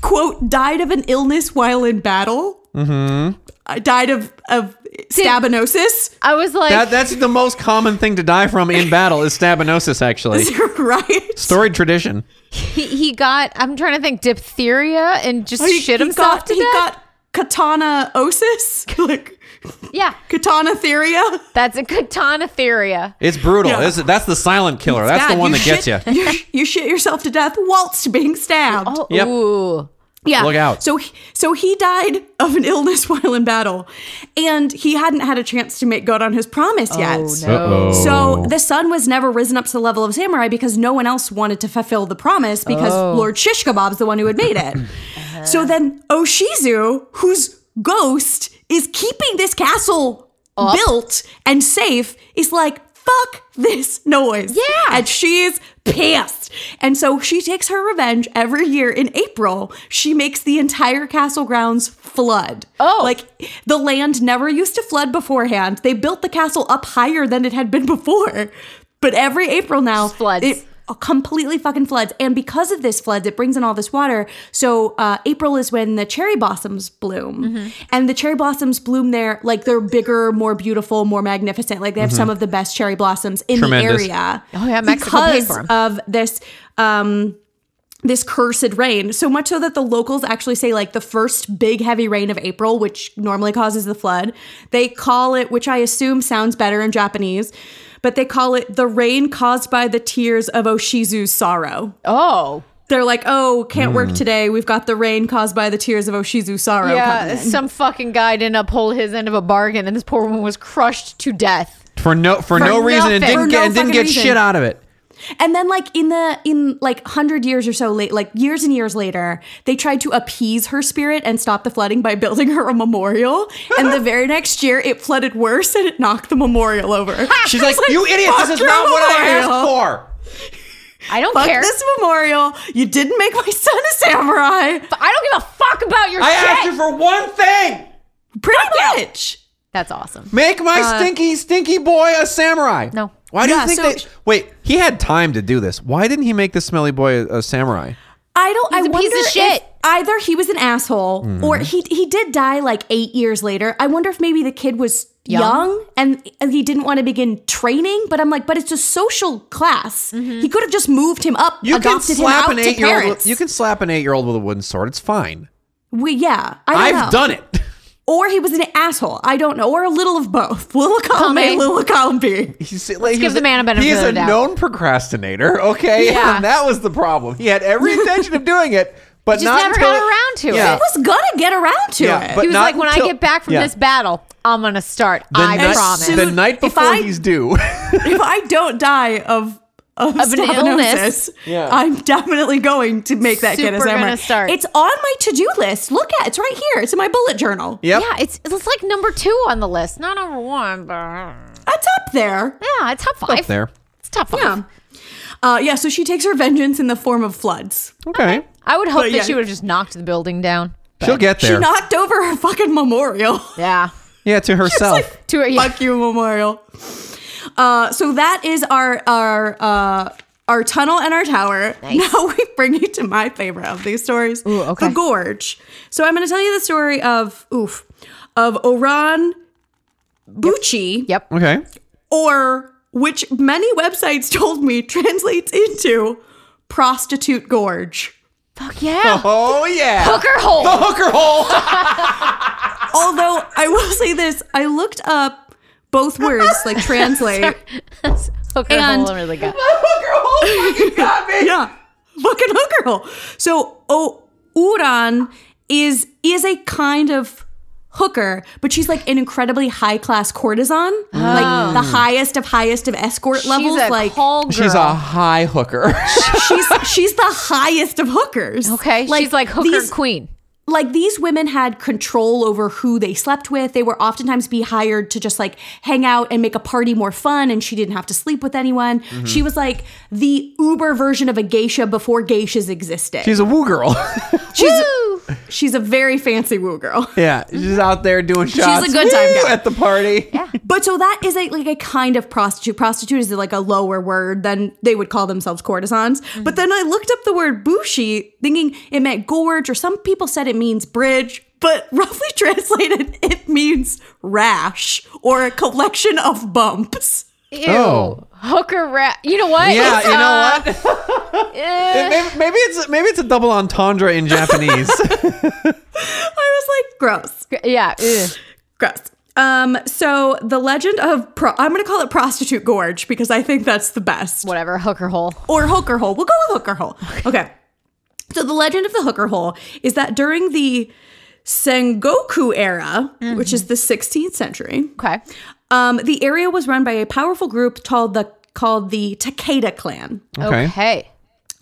Speaker 1: quote died of an illness while in battle. Uh, died of of stabinosis, [laughs]
Speaker 3: I was like,
Speaker 2: That, that's the most common thing to die from in battle is stabinosis. Actually,
Speaker 1: [laughs] right?
Speaker 2: storied tradition.
Speaker 3: he, he got, I'm trying to think, diphtheria and just shit himself
Speaker 1: got,
Speaker 3: to
Speaker 1: Oh, he
Speaker 3: death?
Speaker 1: got katana osis, [laughs] like
Speaker 3: yeah,
Speaker 1: katana
Speaker 3: [laughs]
Speaker 1: theria.
Speaker 3: that's a katanatheria.
Speaker 2: It's brutal.
Speaker 1: Yeah.
Speaker 2: It's- that's the silent killer. That's the
Speaker 1: God,
Speaker 2: one
Speaker 1: you
Speaker 2: that gets
Speaker 1: shit-
Speaker 2: you.
Speaker 1: you. You shit yourself to death whilst being stabbed.
Speaker 3: Oh,
Speaker 2: Yep.
Speaker 3: ooh.
Speaker 1: yeah.
Speaker 2: look out.
Speaker 1: So, he- so he died of an [laughs] illness while in battle, and he hadn't had a chance to make good on his promise yet.
Speaker 3: Oh, no. Uh-oh.
Speaker 2: Oh.
Speaker 1: So the son was never risen up to the level of samurai because no one else wanted to fulfill the promise because
Speaker 3: Oh.
Speaker 1: Lord Shish Kebab's the one who had made it. So then Oshizu, whose ghost is keeping this castle built and safe, is like, fuck this noise.
Speaker 3: Yeah.
Speaker 1: And she's pissed. And so she takes her revenge every year in April. She makes the entire castle grounds flood.
Speaker 3: Oh.
Speaker 1: Like the land never used to flood beforehand. They built the castle up higher than it had been before. But every April now,
Speaker 3: Just floods.
Speaker 1: It completely fucking floods. And because of this floods, it brings in all this water. So uh, April is when the cherry blossoms bloom. And the cherry blossoms bloom there, like they're bigger, more beautiful, more magnificent. Like they have some of the best cherry blossoms in
Speaker 2: Tremendous.
Speaker 1: the area.
Speaker 3: Oh, yeah, Mexico paid
Speaker 1: because
Speaker 3: for 'em.
Speaker 1: of this. Um, this cursed rain so much so that the locals actually say like the first big heavy rain of april which normally causes the flood they call it which i assume sounds better in japanese but they call it the rain caused by the tears of oshizu's sorrow
Speaker 3: Oh.
Speaker 1: they're like oh can't work today we've got the rain caused by the tears of oshizu's sorrow
Speaker 3: Yeah,
Speaker 1: coming in."
Speaker 3: some fucking guy didn't uphold his end of a bargain, and this poor woman was crushed to death.
Speaker 2: For no for, no reason and
Speaker 3: nothing.
Speaker 2: didn't
Speaker 3: For
Speaker 2: get
Speaker 1: no
Speaker 2: and didn't
Speaker 1: fucking
Speaker 2: get
Speaker 1: reason.
Speaker 2: shit out of it.
Speaker 1: And then like in the in like 100 years or so late like years and years later, they tried to appease her spirit and stop the flooding by [laughs] building her a memorial. And the very next year it flooded worse and it knocked the memorial over.
Speaker 2: [laughs] She's
Speaker 1: I
Speaker 3: [laughs]
Speaker 2: like,
Speaker 1: was
Speaker 2: "You idiots!
Speaker 1: [laughs] "Fuck
Speaker 2: This is
Speaker 1: your
Speaker 2: not what I
Speaker 1: memorial.
Speaker 2: asked for."
Speaker 3: I don't
Speaker 1: Fuck
Speaker 3: care.
Speaker 1: this memorial. You didn't make my son a samurai."
Speaker 3: I don't give a fuck about your
Speaker 2: I
Speaker 3: shit.
Speaker 2: asked you for one thing.
Speaker 1: Pretty much.
Speaker 3: That's awesome.
Speaker 2: Make my stinky, stinky boy a samurai.
Speaker 3: Uh, No.
Speaker 2: Why do
Speaker 1: Yeah,
Speaker 2: you think
Speaker 1: so-
Speaker 2: they? Wait, he had time to do this. Why didn't he make the smelly boy a, a samurai?
Speaker 1: I don't.
Speaker 3: He's
Speaker 1: I
Speaker 3: a
Speaker 1: wonder
Speaker 3: piece of
Speaker 1: if
Speaker 3: shit.
Speaker 1: either he was an asshole
Speaker 2: Mm-hmm.
Speaker 1: or he he did die like eight years later. I wonder if maybe the kid was
Speaker 3: Young.
Speaker 1: young, and, and he didn't want to begin training. But I'm like, but it's a social class. He could have just moved him up,
Speaker 2: You can
Speaker 1: adopted
Speaker 2: slap
Speaker 1: him out
Speaker 2: an
Speaker 1: to
Speaker 2: eight-year-old.
Speaker 1: parents.
Speaker 2: with- You can slap an eight-year-old with a wooden sword. It's fine.
Speaker 1: We, yeah, I don't
Speaker 2: I've
Speaker 1: know.
Speaker 2: done it. [laughs]
Speaker 1: Or he was an asshole. I don't know. Or a little of both. [laughs] Little column
Speaker 3: Column
Speaker 1: A,
Speaker 3: A.
Speaker 1: little column B.
Speaker 2: He's, like,
Speaker 3: give
Speaker 2: he's-
Speaker 3: the man a benefit
Speaker 2: He's
Speaker 3: of the
Speaker 2: a
Speaker 3: doubt.
Speaker 2: known procrastinator. [laughs] Okay,
Speaker 3: Yeah.
Speaker 2: and that was the problem. He had
Speaker 3: [laughs]
Speaker 2: every intention of doing it, but
Speaker 3: Just
Speaker 2: not
Speaker 3: never
Speaker 2: until
Speaker 3: got around to it.
Speaker 2: Yeah.
Speaker 1: He was gonna get around to
Speaker 2: Yeah,
Speaker 1: it.
Speaker 2: but
Speaker 3: he was
Speaker 2: not
Speaker 3: like, when
Speaker 2: until-
Speaker 3: I get back from
Speaker 2: yeah.
Speaker 3: this battle, I'm gonna start.
Speaker 2: The
Speaker 3: I
Speaker 2: night,
Speaker 3: promise.
Speaker 2: The night
Speaker 1: If
Speaker 2: before
Speaker 1: I-
Speaker 2: he's due. [laughs]
Speaker 1: if I don't die of of,
Speaker 3: an illness.
Speaker 1: illness,
Speaker 2: Yeah.
Speaker 1: I'm definitely going to make that get a
Speaker 3: Super gonna
Speaker 1: samurai.
Speaker 3: start.
Speaker 1: It's on my to do list. Look at it's right here. It's in my bullet journal.
Speaker 2: yep.
Speaker 3: Yeah, it's it's like number two on the list, not number one, but yeah,
Speaker 1: That's up there.
Speaker 3: it's top five.
Speaker 2: There.
Speaker 3: It's top five.
Speaker 1: Yeah. Uh, yeah. So she takes her vengeance in the form of floods.
Speaker 2: Okay.
Speaker 3: I would hope
Speaker 1: But
Speaker 3: that
Speaker 1: yeah.
Speaker 3: she would have just knocked the building down. but-
Speaker 2: She'll get there.
Speaker 1: She knocked over her fucking memorial.
Speaker 3: Yeah.
Speaker 2: Yeah, to herself.
Speaker 3: To yeah.
Speaker 1: Fuck you, Memorial. Uh, so that is our our uh, our tunnel and our tower. Now [laughs] we bring you to my favorite of these stories,
Speaker 3: Ooh, okay.
Speaker 1: the gorge. So I'm going to tell you the story of oof of Oran Bucci,
Speaker 3: Yep.
Speaker 2: okay.
Speaker 1: or which many websites told me [laughs] translates into prostitute gorge.
Speaker 3: Fuck yeah.
Speaker 2: Oh yeah.
Speaker 3: Hooker hole.
Speaker 2: [laughs] Hooker hole.
Speaker 1: Although I will say this, I looked up both words
Speaker 3: [laughs]
Speaker 1: like translate.
Speaker 3: Hooker
Speaker 1: And-
Speaker 3: hole. I really got.
Speaker 2: [laughs]
Speaker 1: yeah, fucking hooker hole. So, oh, Uran is is a kind of hooker, but she's like an incredibly high class courtesan, like the highest of highest of escort levels.
Speaker 3: Ah. She's a
Speaker 1: like
Speaker 3: call girl.
Speaker 2: She's a high hooker.
Speaker 1: [laughs] she's she's the highest of hookers.
Speaker 3: okay. she's like hooker
Speaker 1: these-
Speaker 3: queen.
Speaker 1: like these women had control over who they slept with. They were oftentimes be hired to just like hang out and make a party more fun and she didn't have to sleep with anyone.
Speaker 3: Mm-hmm.
Speaker 1: She was like the Uber version of a geisha before geishas existed.
Speaker 2: [laughs] She's a woo girl.
Speaker 1: she's, she's a very fancy woo girl.
Speaker 2: [laughs]
Speaker 1: [laughs]
Speaker 2: yeah, she's out there doing shots.
Speaker 1: good time
Speaker 2: Woo,
Speaker 1: gal.
Speaker 2: at the party. Yeah.
Speaker 1: But so that is a, like a kind of prostitute. Prostitute is like a lower word than they would call themselves courtesans. But then I looked up the word bushi, thinking it meant gorge, or some people said it means bridge. But [laughs] roughly translated, it means rash or a collection of bumps. [laughs]
Speaker 3: Ew.
Speaker 2: Oh.
Speaker 3: Hooker rat. You know what?
Speaker 2: Yeah,
Speaker 3: It's, Eh.
Speaker 2: you
Speaker 3: uh,
Speaker 2: know what? maybe, maybe it's maybe it's a double entendre in Japanese. [laughs]
Speaker 1: I was like, gross,
Speaker 3: Yeah. ugh.
Speaker 1: gross. Um, so the legend of pro- I'm going to call it prostitute gorge because I think that's the best.
Speaker 3: Whatever. Hooker hole.
Speaker 1: or hooker hole. We'll go with hooker hole. Okay. So the legend of the hooker hole is that during the Sengoku era, which is the 16th century,
Speaker 3: Okay.
Speaker 1: um, the area was run by a powerful group called the called the Takeda clan.
Speaker 2: Okay.
Speaker 3: Okay.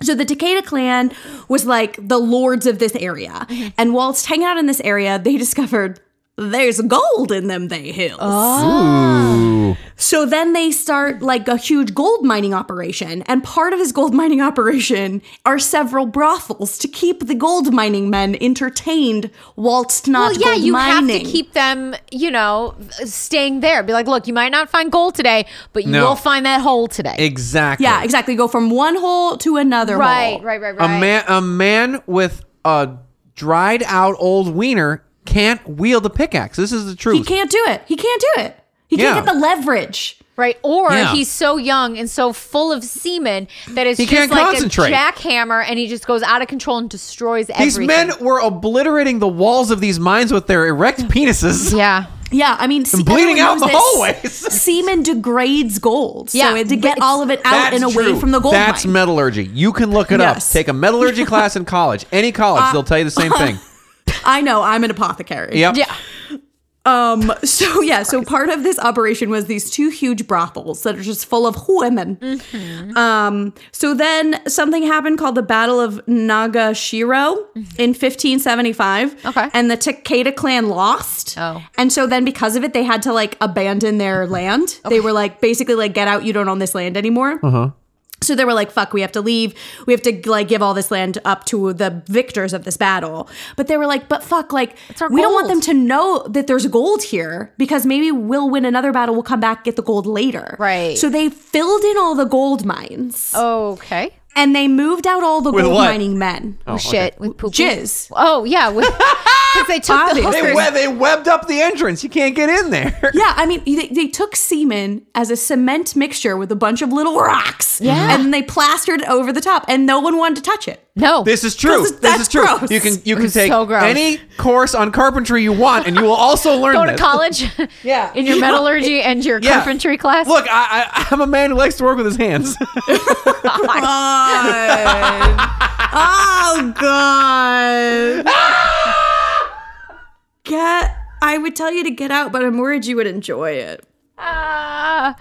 Speaker 1: So the Takeda clan was like the lords of this area, and whilst hanging out in this area, they [laughs] discovered there's gold in them they hills.
Speaker 2: Ooh.
Speaker 1: So then they start like a huge gold mining operation. And part of his gold [laughs] mining operation are several brothels to keep the gold mining men entertained whilst not
Speaker 3: Well, yeah,
Speaker 1: gold
Speaker 3: you
Speaker 1: mining.
Speaker 3: have to keep them, you know, staying there. Be like, look, you might not find gold today, but you
Speaker 2: No.
Speaker 3: will find that hole today.
Speaker 2: Exactly.
Speaker 1: Yeah, exactly. Go from one hole to another
Speaker 3: right,
Speaker 1: hole.
Speaker 3: right, right, right.
Speaker 2: A man a man with a dried out old wiener can't wield a pickaxe. This is the truth.
Speaker 1: He can't do it. He can't do it. He
Speaker 2: Yeah.
Speaker 1: can't get the leverage.
Speaker 3: Right. Or
Speaker 2: Yeah.
Speaker 3: he's so young and so full of semen that it's
Speaker 2: He
Speaker 3: just
Speaker 2: can't
Speaker 3: like
Speaker 2: concentrate.
Speaker 3: a jackhammer and he just goes out of control and destroys
Speaker 2: These
Speaker 3: everything.
Speaker 2: men were obliterating the walls of these mines with their erect penises.
Speaker 3: Yeah.
Speaker 1: Yeah, I mean, se-
Speaker 2: bleeding
Speaker 1: everyone
Speaker 2: out in the
Speaker 1: knows this.
Speaker 2: hallways. [laughs]
Speaker 1: Semen degrades gold.
Speaker 3: Yeah,
Speaker 1: so it, to
Speaker 3: but
Speaker 1: get
Speaker 3: it's-
Speaker 1: all of it out and away
Speaker 2: true.
Speaker 1: from the gold
Speaker 2: That's
Speaker 1: mine.
Speaker 2: metallurgy. You can look it
Speaker 1: Yes.
Speaker 2: up. Take a metallurgy class in college, any college, they'll tell you the same thing.
Speaker 1: I know. I'm an apothecary.
Speaker 2: Yep.
Speaker 3: Yeah.
Speaker 1: Um, [laughs] so yeah, so part of this operation was these two huge brothels that are just full of women.
Speaker 3: Mm-hmm.
Speaker 1: Um, so then something happened called the Battle of Nagashiro in 1575.
Speaker 3: Mm-hmm. Okay.
Speaker 1: And the Takeda clan lost.
Speaker 3: Oh.
Speaker 1: And so then because of it, they had to like abandon their land. They were like basically like, get out, you don't own this land anymore. So they were like, fuck, we have to leave. We have to like give all this land up to the victors of this battle. But they were like, but fuck, like
Speaker 3: our
Speaker 1: we don't want them
Speaker 3: gold.
Speaker 1: to know that there's gold here because maybe we'll win another battle, we'll come back, get the gold later.
Speaker 3: Right.
Speaker 1: So they filled in all the gold mines
Speaker 3: Okay.
Speaker 2: Oh,
Speaker 1: and they moved out all the
Speaker 2: With
Speaker 1: gold
Speaker 2: what?
Speaker 1: mining men.
Speaker 3: Oh, shit. With poop.
Speaker 1: Jizz.
Speaker 3: Oh, yeah. Because they took the
Speaker 1: Obvious.
Speaker 2: They,
Speaker 3: hookers.
Speaker 2: we- they webbed up the entrance. You can't get in there.
Speaker 1: Yeah, I mean, they, they took semen as a cement mixture with a bunch of little rocks.
Speaker 3: Yeah.
Speaker 1: And then they plastered it over the top, and no one wanted to touch it.
Speaker 3: No.
Speaker 2: This is true.
Speaker 1: This is-
Speaker 2: This,
Speaker 1: that's
Speaker 2: is true.
Speaker 1: gross.
Speaker 2: You can you can
Speaker 3: is
Speaker 2: take
Speaker 3: so gross.
Speaker 2: any course on carpentry you want, and you will also learn.
Speaker 3: Go to
Speaker 2: this. [laughs]
Speaker 3: college.
Speaker 2: Yeah.
Speaker 3: [laughs] In your metallurgy and your
Speaker 2: Yeah.
Speaker 3: carpentry class.
Speaker 2: Look, I, I, I'm a man who likes to work with his hands. [laughs]
Speaker 1: [laughs] oh [laughs] god. get I would tell you to get out, but I'm worried you would enjoy it.
Speaker 3: Ah.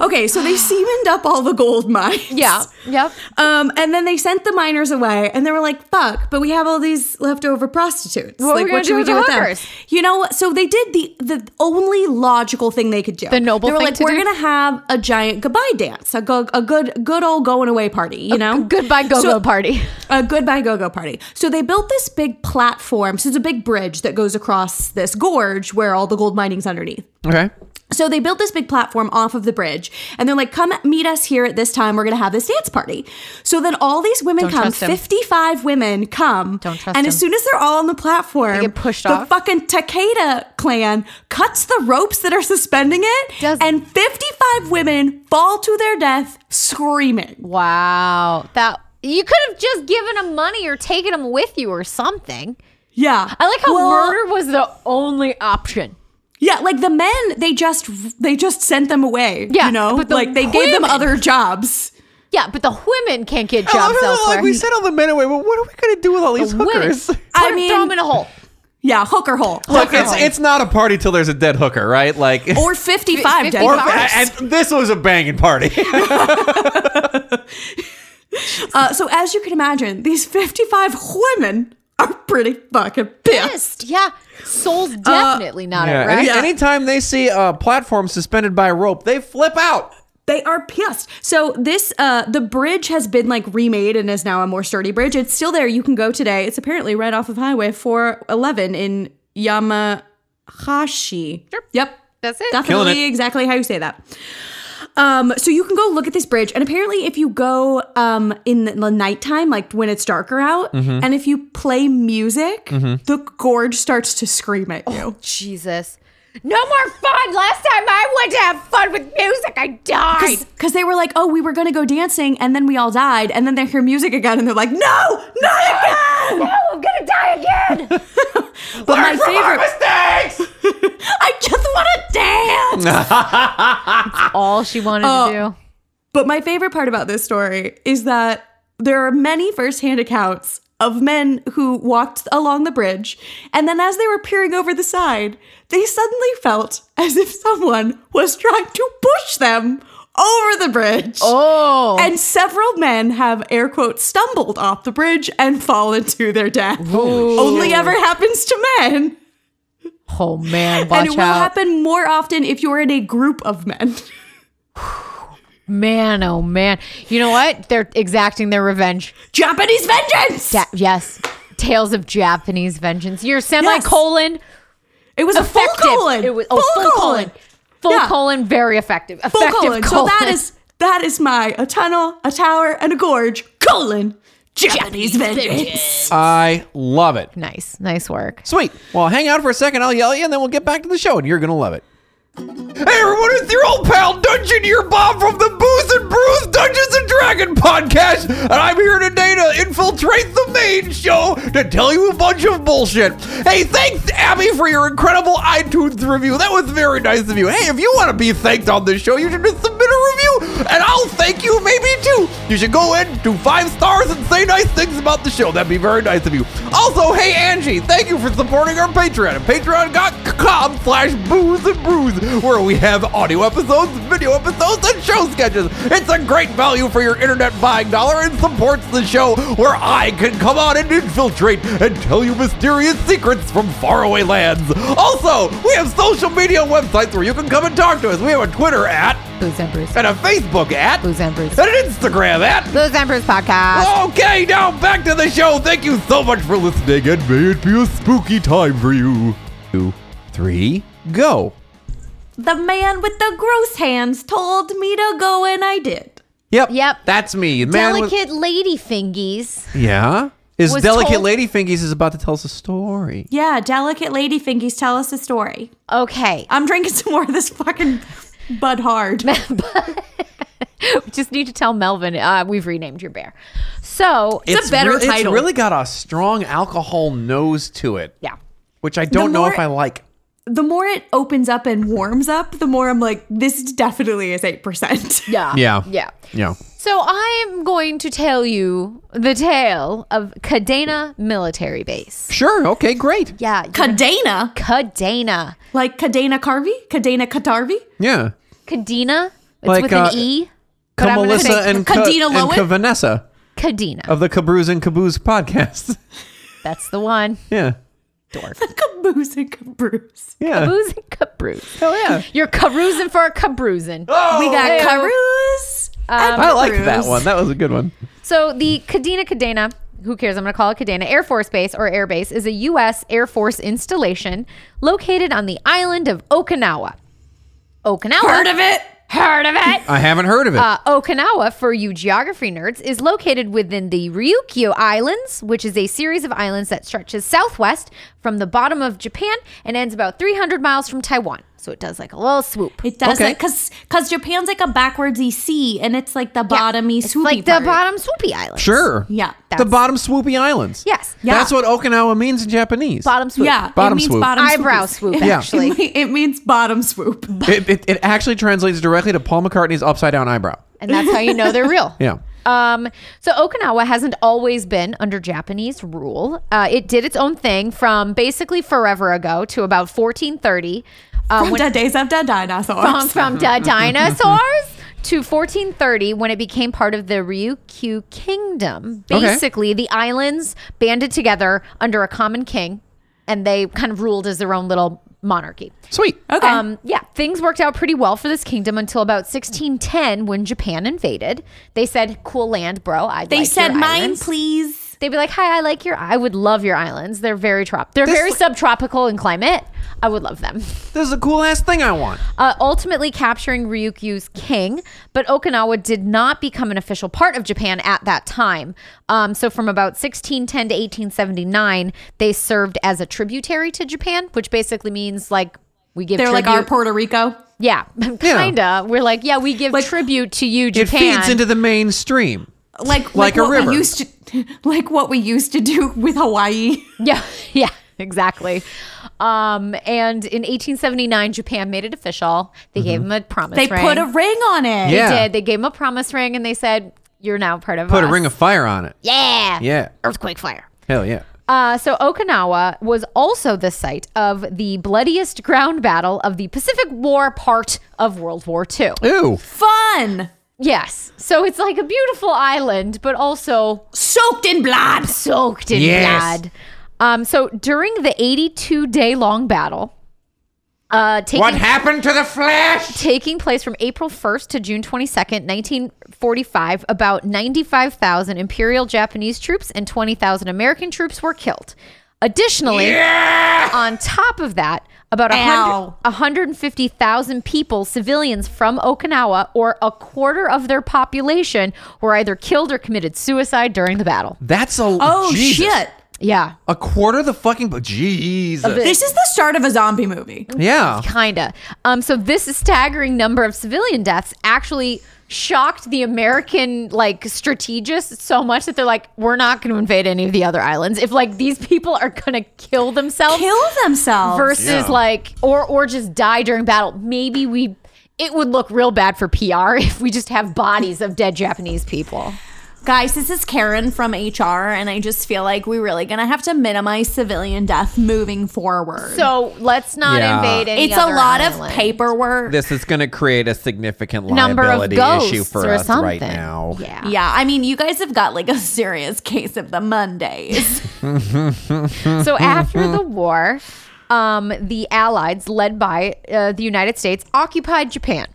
Speaker 1: Okay, so they seamed up all the gold [laughs] mines.
Speaker 3: Yeah. Yep.
Speaker 1: Um, and then they sent the miners away, and they were like, "Fuck!" But we have all these leftover prostitutes.
Speaker 3: What are we
Speaker 1: like,
Speaker 3: gonna do with the hookers?
Speaker 1: You know, what? so they did the the only logical thing they could do.
Speaker 3: The noble
Speaker 1: They were
Speaker 3: thing
Speaker 1: like,
Speaker 3: to
Speaker 1: "We're
Speaker 3: do?
Speaker 1: gonna have a giant goodbye dance, a go, a good good old going away party." You know,
Speaker 3: Goodbye go-go
Speaker 1: So-
Speaker 3: party.
Speaker 1: a goodbye go-go party. So they built this big platform. So it's a big bridge that goes across this gorge where all the gold mining's underneath.
Speaker 2: Okay.
Speaker 1: So they built this big platform off of the bridge, and they're like, "Come meet us here at this time. We're gonna have this dance party." So then all these women
Speaker 3: Don't
Speaker 1: come,
Speaker 3: trust him.
Speaker 1: fifty-five women come,
Speaker 3: Don't trust
Speaker 1: and as
Speaker 3: him.
Speaker 1: soon as they're all on the platform,
Speaker 3: They get pushed
Speaker 1: the
Speaker 3: off.
Speaker 1: fucking Takeda clan cuts the ropes that are suspending it,
Speaker 3: Does-
Speaker 1: and fifty-five women fall to their death screaming.
Speaker 3: Wow. That you could have just given them money or taken them with you or something.
Speaker 1: Yeah,
Speaker 3: I like how
Speaker 1: Well,
Speaker 3: murder was the only option.
Speaker 1: Yeah, like the men, they just they just sent them away.
Speaker 3: Yeah,
Speaker 1: you know,
Speaker 3: but the
Speaker 1: like they gave them
Speaker 3: women-
Speaker 1: other jobs.
Speaker 3: Yeah, but the women can't get
Speaker 2: I
Speaker 3: jobs
Speaker 2: don't know,
Speaker 3: elsewhere.
Speaker 2: like we sent all the men away, but what are we gonna do with all these hookers?
Speaker 3: Women.
Speaker 1: I
Speaker 3: Put 'em-
Speaker 1: mean-
Speaker 3: throw them in a hole.
Speaker 1: Yeah, hooker hole.
Speaker 2: Look,
Speaker 1: Hooker
Speaker 2: it's
Speaker 1: hole.
Speaker 2: it's not a party till there's a dead hooker, right? Like [laughs]
Speaker 1: or 55 dead
Speaker 3: Or-
Speaker 1: hookers.
Speaker 2: and this was a banging party. [laughs]
Speaker 1: Uh, so as you can imagine, these 55 women are pretty fucking pissed.
Speaker 3: Yeah. Soul's definitely not
Speaker 2: Yeah,
Speaker 3: it, right?
Speaker 2: any,
Speaker 1: Yeah.
Speaker 2: Anytime they see a platform suspended by a rope, they flip out.
Speaker 1: They are pissed. So this uh the bridge has been like remade and is now a more sturdy bridge. It's still there. You can go today. It's apparently right off of Highway 411 in Yamahashi.
Speaker 3: Sure.
Speaker 1: Yep.
Speaker 3: That's it.
Speaker 2: Killing
Speaker 1: Definitely
Speaker 2: it.
Speaker 1: exactly how you say that. Um, so you can go look at this bridge, and apparently, if you go um, in the nighttime, like when it's darker out,
Speaker 2: Mm-hmm.
Speaker 1: and if you play music, the gorge starts to scream at you.
Speaker 3: Jesus. No more fun. Last time I went to have fun with music, I died.
Speaker 1: Because they were like, oh, we were going to go dancing, and then we all died, and then they hear music again, and they're like, no, not again!
Speaker 3: No, I'm gonna die again.
Speaker 1: But my favorite,
Speaker 2: mistakes.
Speaker 1: I just want to dance!
Speaker 3: [laughs] All she wanted to do.
Speaker 1: But my favorite part about this story is that there are many firsthand accounts of men who walked along the bridge, and then as they were peering over the side, they suddenly felt as if someone was trying to push them over the bridge.
Speaker 3: Oh.
Speaker 1: And several men have air quotes stumbled off the bridge and fallen to their death. Only ever happens to men.
Speaker 3: oh man,
Speaker 1: and it will happen more often if you're in a group of men. [laughs]
Speaker 3: Man, oh man. You know what? They're exacting their revenge.
Speaker 1: Japanese vengeance!
Speaker 3: Ja- yes. Tales of Japanese vengeance. Your semicolon
Speaker 1: It was a full
Speaker 3: effective.
Speaker 1: colon.
Speaker 3: It was oh, full, colon. Full
Speaker 1: Yeah.
Speaker 3: colon, very effective.
Speaker 1: Full colon.
Speaker 3: effective
Speaker 1: So that is that is my a tunnel, a tower, and a gorge colon Japanese vengeance.
Speaker 2: I love it.
Speaker 3: nice. Nice work.
Speaker 2: Sweet. Well, hang out for a second. I'll yell at you, and then we'll get back to the show, and you're gonna love it. Hey everyone, it's your old pal Dungeoneer Bob from the Booze and Brews Dungeons and Dragon podcast, and I'm here today to infiltrate the main show to tell you a bunch of bullshit. Hey, thanks Abby for your incredible iTunes review. That was very nice of you. Hey, if you want to be thanked on this show, you should just submit a review, and I'll thank you maybe too. You should go in, do five stars, and say nice things about the show. That'd be very nice of you. Also, hey Angie, thank you for supporting our Patreon at patreon.com slash booze and brews, where we have audio episodes, video episodes, and show sketches. It's a great value for your internet buying dollar and supports the show where I can come on and infiltrate and tell you mysterious secrets from faraway lands. Also, we have social media websites where you can come and talk to us. We have a Twitter at
Speaker 3: Booze and Bruce.
Speaker 2: and a Facebook at
Speaker 3: Booze and Bruce.
Speaker 2: and an Instagram at
Speaker 3: Booze and Bruce podcast.
Speaker 1: Oh,
Speaker 2: Okay, now back to the show. Thank you so much for listening, and may it be a spooky time for you. Two, three, go.
Speaker 1: The man with the gross hands told me to go, and I did.
Speaker 2: Yep.
Speaker 3: Yep.
Speaker 2: That's me. The Man with-
Speaker 3: Delicate lady fingies.
Speaker 2: yeah. Is
Speaker 3: was
Speaker 2: delicate
Speaker 3: told-
Speaker 2: lady fingies is about to tell us a story.
Speaker 1: Yeah, delicate lady fingies, tell us a story.
Speaker 3: Okay. [laughs]
Speaker 1: I'm drinking [laughs] some more of this fucking Bud Hard.
Speaker 3: We just need to tell Melvin uh, we've renamed your bear. So,
Speaker 1: It's a better title.
Speaker 2: It's really got a strong alcohol nose to it.
Speaker 3: yeah.
Speaker 2: Which I don't know
Speaker 1: more-
Speaker 2: if I like.
Speaker 1: The more it opens up and warms up, the more I'm like, this definitely is
Speaker 5: [laughs]
Speaker 1: eight percent.
Speaker 3: Yeah.
Speaker 2: Yeah.
Speaker 3: Yeah.
Speaker 2: Yeah.
Speaker 3: So, I'm going to tell you the tale of Cadena Military Base.
Speaker 2: Sure. Okay. Great.
Speaker 3: Yeah. you're-
Speaker 1: Cadena,
Speaker 3: Cadena.
Speaker 1: like Cadena Carvey, Cadena Catarvi.
Speaker 2: Yeah.
Speaker 3: Cadena It's
Speaker 2: Like,
Speaker 3: with an
Speaker 2: uh,
Speaker 3: E. but I'm gonna
Speaker 2: Melissa
Speaker 3: say
Speaker 2: and Ka-
Speaker 5: Candida
Speaker 2: and
Speaker 5: Lowen?
Speaker 2: Ka Vanessa
Speaker 3: Cadena.
Speaker 2: of the Caboose and Caboose podcast. [laughs]
Speaker 3: That's the one. [laughs]
Speaker 2: yeah,
Speaker 1: Caboose and caboose.
Speaker 2: yeah,
Speaker 3: Caboose and cabroose.
Speaker 2: hell yeah.
Speaker 3: You're carousing for a cabroosing.
Speaker 5: we got
Speaker 3: Ew.
Speaker 5: Carus.
Speaker 3: Um,
Speaker 2: I like that
Speaker 5: Caboose.
Speaker 2: one. That was a good one.
Speaker 3: So the Cadena Cadena, who cares? I'm going to call it Cadena Air Force Base or Air Base is a U.S. Air Force installation located on the island of Okinawa. Okinawa.
Speaker 5: Heard of it?
Speaker 3: Heard of it?
Speaker 2: I haven't heard of it.
Speaker 3: Uh, Okinawa, for you geography nerds, is located within the Ryukyu Islands, which is a series of islands that stretches southwest from the bottom of Japan and ends about 300 miles from Taiwan. So it does like a little swoop.
Speaker 5: It does
Speaker 2: Okay.
Speaker 5: it because because Japan's like a backwardsy sea, and it's like the bottomy
Speaker 3: It's
Speaker 5: swoopy
Speaker 3: like
Speaker 5: part.
Speaker 3: the bottom swoopy islands.
Speaker 2: sure.
Speaker 5: Yeah.
Speaker 2: The
Speaker 3: That's-
Speaker 2: bottom swoopy islands.
Speaker 3: Yes.
Speaker 5: Yeah.
Speaker 2: That's what Okinawa means in Japanese.
Speaker 3: Bottom swoop.
Speaker 5: Yeah,
Speaker 2: Bottom
Speaker 5: it means
Speaker 2: swoop.
Speaker 5: bottom
Speaker 3: Eyebrow
Speaker 5: swoopies.
Speaker 3: swoop,
Speaker 5: [laughs]
Speaker 2: Yeah.
Speaker 3: actually. Um,
Speaker 1: It means bottom swoop.
Speaker 2: It, it, it actually translates directly to Paul McCartney's upside down eyebrow.
Speaker 3: and that's how you know they're real.
Speaker 2: [laughs] Yeah.
Speaker 3: Um, so Okinawa hasn't always been under Japanese rule. Uh, it did its own thing from basically forever ago to about 1430. Uh,
Speaker 5: From
Speaker 3: when-
Speaker 5: the days of the
Speaker 3: from,
Speaker 5: dinosaurs. [laughs]
Speaker 3: from di- dinosaurs to 1430 when it became part of the Ryukyu kingdom.
Speaker 2: Okay.
Speaker 3: Basically, the islands banded together under a common king and they kind of ruled as their own little monarchy.
Speaker 2: Sweet.
Speaker 5: Okay.
Speaker 3: Um, yeah, things worked out pretty well for this kingdom until about 1610 when Japan invaded. They said, "Cool land, bro. I
Speaker 5: they
Speaker 3: like
Speaker 5: said,
Speaker 3: your
Speaker 5: "Mine,
Speaker 3: islands."
Speaker 5: please."
Speaker 3: They'd be like, "Hi, I like your. I would love your islands. They're very trop. They're very subtropical in climate. I would love them."
Speaker 2: This is a cool ass thing I want.
Speaker 3: uh, ultimately capturing Ryukyu's king, but Okinawa did not become an official part of Japan at that time. Um, so, from about 1610 to 1879, they served as a tributary to Japan, which basically means like we give
Speaker 5: They're like
Speaker 3: tribute-
Speaker 5: our Puerto Rico.
Speaker 2: [laughs]
Speaker 3: yeah, kinda. We're like, yeah, we give
Speaker 5: Like-
Speaker 3: tribute to you, Oh,
Speaker 2: It
Speaker 3: Japan.
Speaker 2: feeds into the mainstream.
Speaker 5: Like
Speaker 2: Like a
Speaker 5: what
Speaker 2: river.
Speaker 5: We used to, [laughs] like what we used to do with Hawaii.
Speaker 3: [laughs] Yeah, yeah, exactly. Um, and in 1879, Japan made it official. They gave him a promise.
Speaker 5: They
Speaker 3: ring.
Speaker 5: put a ring on it.
Speaker 2: Mm-hmm. Yeah.
Speaker 3: They did. They gave him a promise ring, and they said, "You're now part of
Speaker 2: Put a
Speaker 3: us."
Speaker 2: ring of fire on it.
Speaker 3: yeah,
Speaker 2: Yeah.
Speaker 3: earthquake fire.
Speaker 2: Hell yeah.
Speaker 3: Uh, so Okinawa was also the site of the bloodiest ground battle of the Pacific War part of World War II.
Speaker 2: Ooh.
Speaker 5: Fun.
Speaker 3: Yes, so it's like a beautiful island, but also
Speaker 5: Soaked in blood.
Speaker 3: soaked in
Speaker 2: Yes.
Speaker 3: blood. Um, so during the 82 day long battle, uh, taking,
Speaker 2: happened to the flash?
Speaker 3: taking place from April 1st to June 22nd, 1945, about 95,000 Imperial Japanese troops and 20,000 American troops were killed. Additionally, on top of that, about a
Speaker 5: Ow.
Speaker 3: hundred- 150,000 people, civilians from Okinawa, or a quarter of their population, were either killed or committed suicide during the battle.
Speaker 2: That's a
Speaker 5: Oh
Speaker 2: Jesus.
Speaker 5: shit!
Speaker 3: Yeah.
Speaker 2: A quarter of the fucking but Jesus.
Speaker 5: This is the start of a zombie movie.
Speaker 2: Yeah.
Speaker 3: Kinda. Um, so this staggering number of civilian deaths actually shocked the American like strategists so much that they're like, we're not going to invade any of the other islands if like these people are going to kill themselves
Speaker 5: Kill themselves.
Speaker 3: versus like or or just die during battle. Maybe we it would look real bad for PR [laughs] if we just have bodies of dead Japanese people.
Speaker 5: Guys, this is Karen from HR, and I just feel like we're really gonna have to minimize civilian death moving forward.
Speaker 3: So let's not
Speaker 2: Yeah.
Speaker 3: invade any
Speaker 5: it's a
Speaker 3: other
Speaker 5: lot of
Speaker 3: island.
Speaker 5: paperwork.
Speaker 2: This is going to create a significant
Speaker 3: Number of
Speaker 2: liability
Speaker 3: ghosts
Speaker 2: issue for
Speaker 3: or
Speaker 2: us
Speaker 3: something.
Speaker 2: right now.
Speaker 3: Yeah.
Speaker 5: yeah, I mean, you guys have got like a serious case of the Mondays.
Speaker 3: So
Speaker 2: [laughs]
Speaker 3: after the war, um, the Allies, led by uh, the United States, occupied Japan.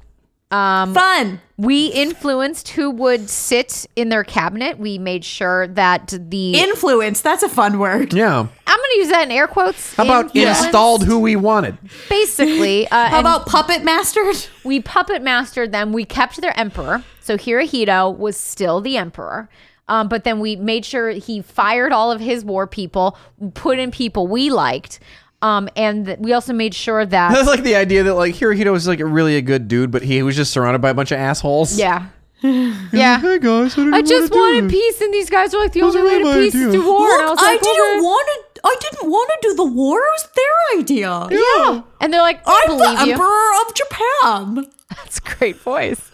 Speaker 5: [laughs]
Speaker 3: Um,
Speaker 5: Fun.
Speaker 3: we influenced who would sit in their cabinet. We made sure that the
Speaker 5: Influence, that's a fun word.
Speaker 2: Yeah.
Speaker 3: I'm going to use that in air quotes.
Speaker 2: How about
Speaker 3: Influenced,
Speaker 2: installed who we wanted? [laughs]
Speaker 5: [laughs]
Speaker 3: Basically, uh,
Speaker 5: How
Speaker 3: and
Speaker 5: about puppet mastered?
Speaker 3: we puppet mastered them. We kept their emperor. So Hirohito was still the emperor. Um, but then we made sure he fired all of his war people, put in people we liked. Um, and th- we also made sure that
Speaker 2: That's like the idea that like Hirohito was like really a good dude, but he was just surrounded by a bunch of assholes.
Speaker 3: Yeah. [laughs] Yeah.
Speaker 2: Hey guys, I, didn't
Speaker 3: I just
Speaker 2: wanna do
Speaker 3: wanted
Speaker 2: this.
Speaker 3: peace, and these guys were like, the
Speaker 2: Those
Speaker 3: only
Speaker 2: are
Speaker 3: way to
Speaker 2: my
Speaker 3: peace is
Speaker 2: ideas.
Speaker 3: through war. and I was like, okay.
Speaker 5: want to. I didn't want to do the war. It was their idea.
Speaker 3: Yeah. And they're like, I
Speaker 5: I'm the
Speaker 3: believe you.
Speaker 5: emperor of Japan.
Speaker 3: That's a great voice.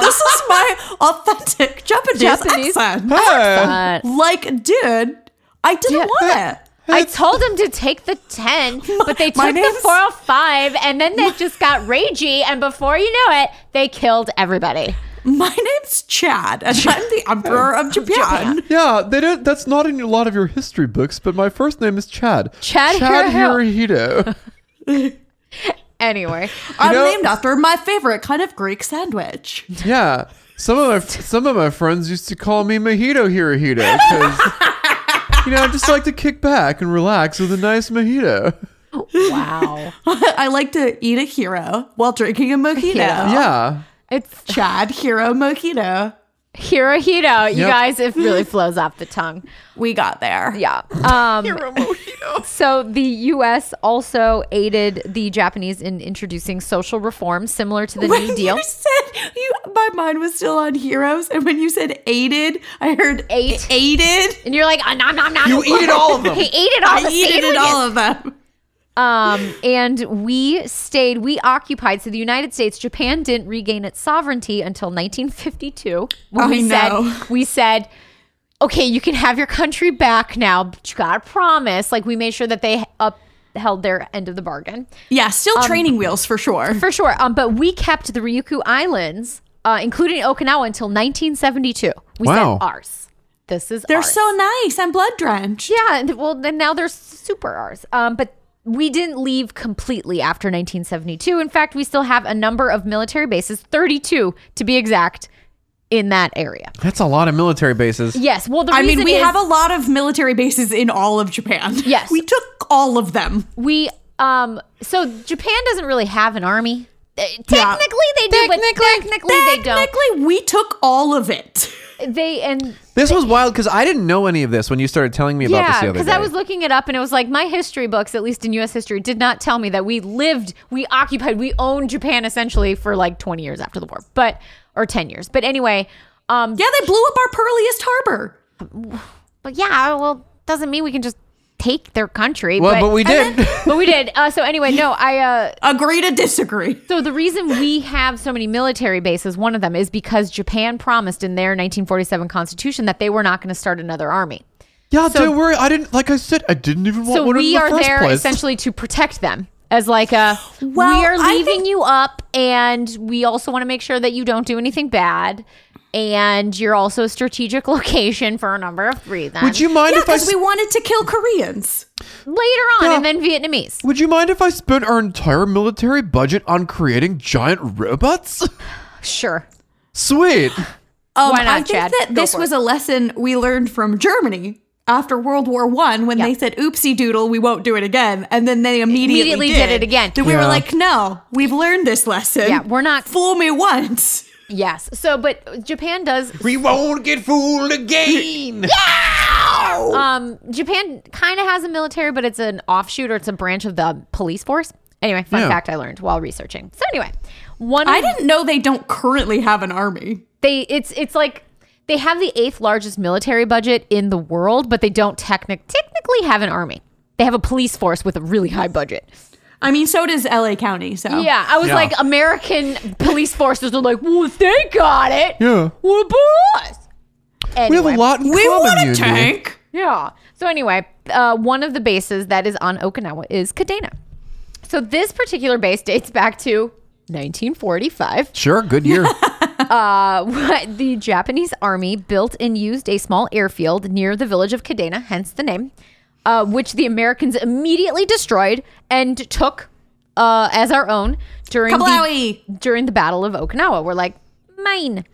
Speaker 5: this is
Speaker 1: [laughs]
Speaker 5: my authentic Japanese,
Speaker 3: Um. Japanese.
Speaker 5: accent.
Speaker 2: Hey.
Speaker 3: Uh,
Speaker 5: Like, dude, I didn't
Speaker 3: Yeah.
Speaker 5: want it.
Speaker 3: I told him to take the 10, but they
Speaker 1: my
Speaker 3: took the
Speaker 1: name's-
Speaker 3: 405, and then they just got ragey, and before you knew it, they killed everybody.
Speaker 1: My name's Chad, and I'm
Speaker 3: [laughs]
Speaker 1: the Emperor of Japan.
Speaker 2: Yeah, they don't. That's not in a lot of your history books, but my first name is Chad.
Speaker 3: Chad [laughs]
Speaker 2: Hirohito.
Speaker 3: Anyway,
Speaker 1: I'm
Speaker 2: know-
Speaker 1: named after my favorite kind of Greek sandwich. [laughs]
Speaker 2: yeah, some of my some of my friends used to call me Mojito Hirohito because you know I just like to kick back and relax with a nice mojito.
Speaker 3: wow.
Speaker 1: I like to eat a hero while drinking a mojito.
Speaker 3: Hero.
Speaker 2: Yeah,
Speaker 3: It's
Speaker 1: Chad Hero Mojito.
Speaker 3: Hirohito. You
Speaker 2: Yep.
Speaker 3: guys, it really flows off the tongue.
Speaker 1: We got there.
Speaker 3: Yeah. Um, [laughs] So the U.S. also aided the Japanese in introducing social reforms similar to the
Speaker 1: When
Speaker 3: New Deal.
Speaker 1: you said you, my mind was still on heroes, and when you said aided, I heard
Speaker 3: Eight.
Speaker 1: aided.
Speaker 3: And you're like, ah, nom, nom, nom.
Speaker 2: You eat all of them.
Speaker 3: [laughs] he ate it all.
Speaker 1: I
Speaker 3: the
Speaker 1: aided
Speaker 3: same
Speaker 1: in all of them.
Speaker 3: Um, and we stayed, we occupied. So the United States, Japan didn't regain its sovereignty until 1952. When
Speaker 1: I
Speaker 3: we
Speaker 1: know.
Speaker 3: said, we said, okay, you can have your country back now, but you gotta promise. Like we made sure that they upheld their end of the bargain
Speaker 1: Yeah, still training wheels for sure.
Speaker 3: for sure. Um, but we kept the Ryukyu Islands, uh, including Okinawa, until 1972. We
Speaker 2: Wow.
Speaker 3: said ours. This is
Speaker 1: They're
Speaker 3: ours.
Speaker 1: so nice and blood drenched.
Speaker 3: Yeah, and- well, then now they're super ours. Um, but we didn't leave completely after 1972. In fact, we still have a number of military bases, 32 to be exact, in that area.
Speaker 2: that's a lot of military bases.
Speaker 3: Yes. Well, the
Speaker 1: I
Speaker 3: reason
Speaker 1: mean, we
Speaker 3: is
Speaker 1: have a lot of military bases in all of Japan.
Speaker 3: Yes.
Speaker 1: We took all of them.
Speaker 3: we um. So Japan doesn't really have an army. Uh, Technically,
Speaker 1: Yeah.
Speaker 3: they do, but technically, they don't.
Speaker 1: Technically, we took all of it.
Speaker 3: They and
Speaker 2: This was wild because I didn't know any of this when you started telling me about this the
Speaker 3: yeah,
Speaker 2: other day.
Speaker 3: because I was looking it up, and it was like my history books, at least in U.S. history, did not tell me that we lived, we occupied, we owned Japan essentially for like 20 years after the war, but or 10 years. But anyway, um,
Speaker 1: Yeah, they blew up our pearliest harbor.
Speaker 3: but yeah, well, doesn't mean we can just take their country.
Speaker 2: well, but we did.
Speaker 3: and then- [laughs] but we did. Uh, so anyway, no, I. Uh,
Speaker 1: Agree to disagree.
Speaker 3: so the reason we have so many military bases, one of them is because Japan promised in their 1947 constitution that they were not going to start another army.
Speaker 2: yeah,
Speaker 3: so-
Speaker 2: don't worry. I didn't. Like I said, I didn't even want
Speaker 3: so
Speaker 2: one
Speaker 3: we
Speaker 2: in the
Speaker 3: are
Speaker 2: first
Speaker 3: there
Speaker 2: place.
Speaker 3: essentially to protect them as like a
Speaker 1: Well,
Speaker 3: we are
Speaker 1: I
Speaker 3: leaving
Speaker 1: think-
Speaker 3: you up and we also want to make sure that you don't do anything bad and you're also a strategic [laughs] location for a number of reasons
Speaker 2: Would you mind
Speaker 1: Yeah,
Speaker 2: if I?
Speaker 1: because we wanted to kill Koreans.
Speaker 3: later on
Speaker 2: Yeah.
Speaker 3: and then vietnamese
Speaker 2: Would you mind if I spent our entire military budget on creating giant robots? [laughs]
Speaker 3: sure
Speaker 2: Sweet.
Speaker 1: Um,
Speaker 3: Why not,
Speaker 1: I think
Speaker 3: Chad?
Speaker 1: that
Speaker 3: Go
Speaker 1: this
Speaker 3: for
Speaker 1: was a lesson we learned from Germany after World War One when they said "oopsie doodle," we won't do it again, and then they immediately,
Speaker 3: Immediately did it again.
Speaker 1: Then we were
Speaker 2: Yeah.
Speaker 1: like, "No, we've learned this lesson.
Speaker 3: Yeah, we're not-
Speaker 1: fool me once."
Speaker 3: yes so but japan does
Speaker 2: We won't get fooled again. Oh.
Speaker 3: um japan kind of has a military but it's an offshoot or it's a branch of the police force anyway fun
Speaker 2: Yeah.
Speaker 3: fact i learned while researching so anyway
Speaker 1: [laughs]
Speaker 3: one
Speaker 1: I
Speaker 3: of-
Speaker 1: didn't know they don't currently have an army.
Speaker 3: they it's it's like they have the eighth largest military budget in the world, but they don't technic- technically have an army. They have a police force with a really high budget.
Speaker 1: I mean, so does L.A. County. So
Speaker 3: Yeah, I was
Speaker 2: Yeah.
Speaker 3: like, American police forces are like, well, if they got it.
Speaker 2: Yeah.
Speaker 3: What about us?
Speaker 2: We have
Speaker 3: Anyway,
Speaker 2: a lot in
Speaker 1: we
Speaker 2: common.
Speaker 1: want a
Speaker 2: you two.
Speaker 1: tank.
Speaker 3: Yeah. So anyway, uh, one of the bases that is on Okinawa is Kadena. So this particular base dates back to 1945.
Speaker 2: Sure, good year.
Speaker 3: But the Japanese army built and used a small airfield near the village of Kadena, hence the name, uh, which the Americans immediately destroyed and took uh, as our own during the,
Speaker 1: Kablawi!
Speaker 3: during the Battle of Okinawa. We're like, mine.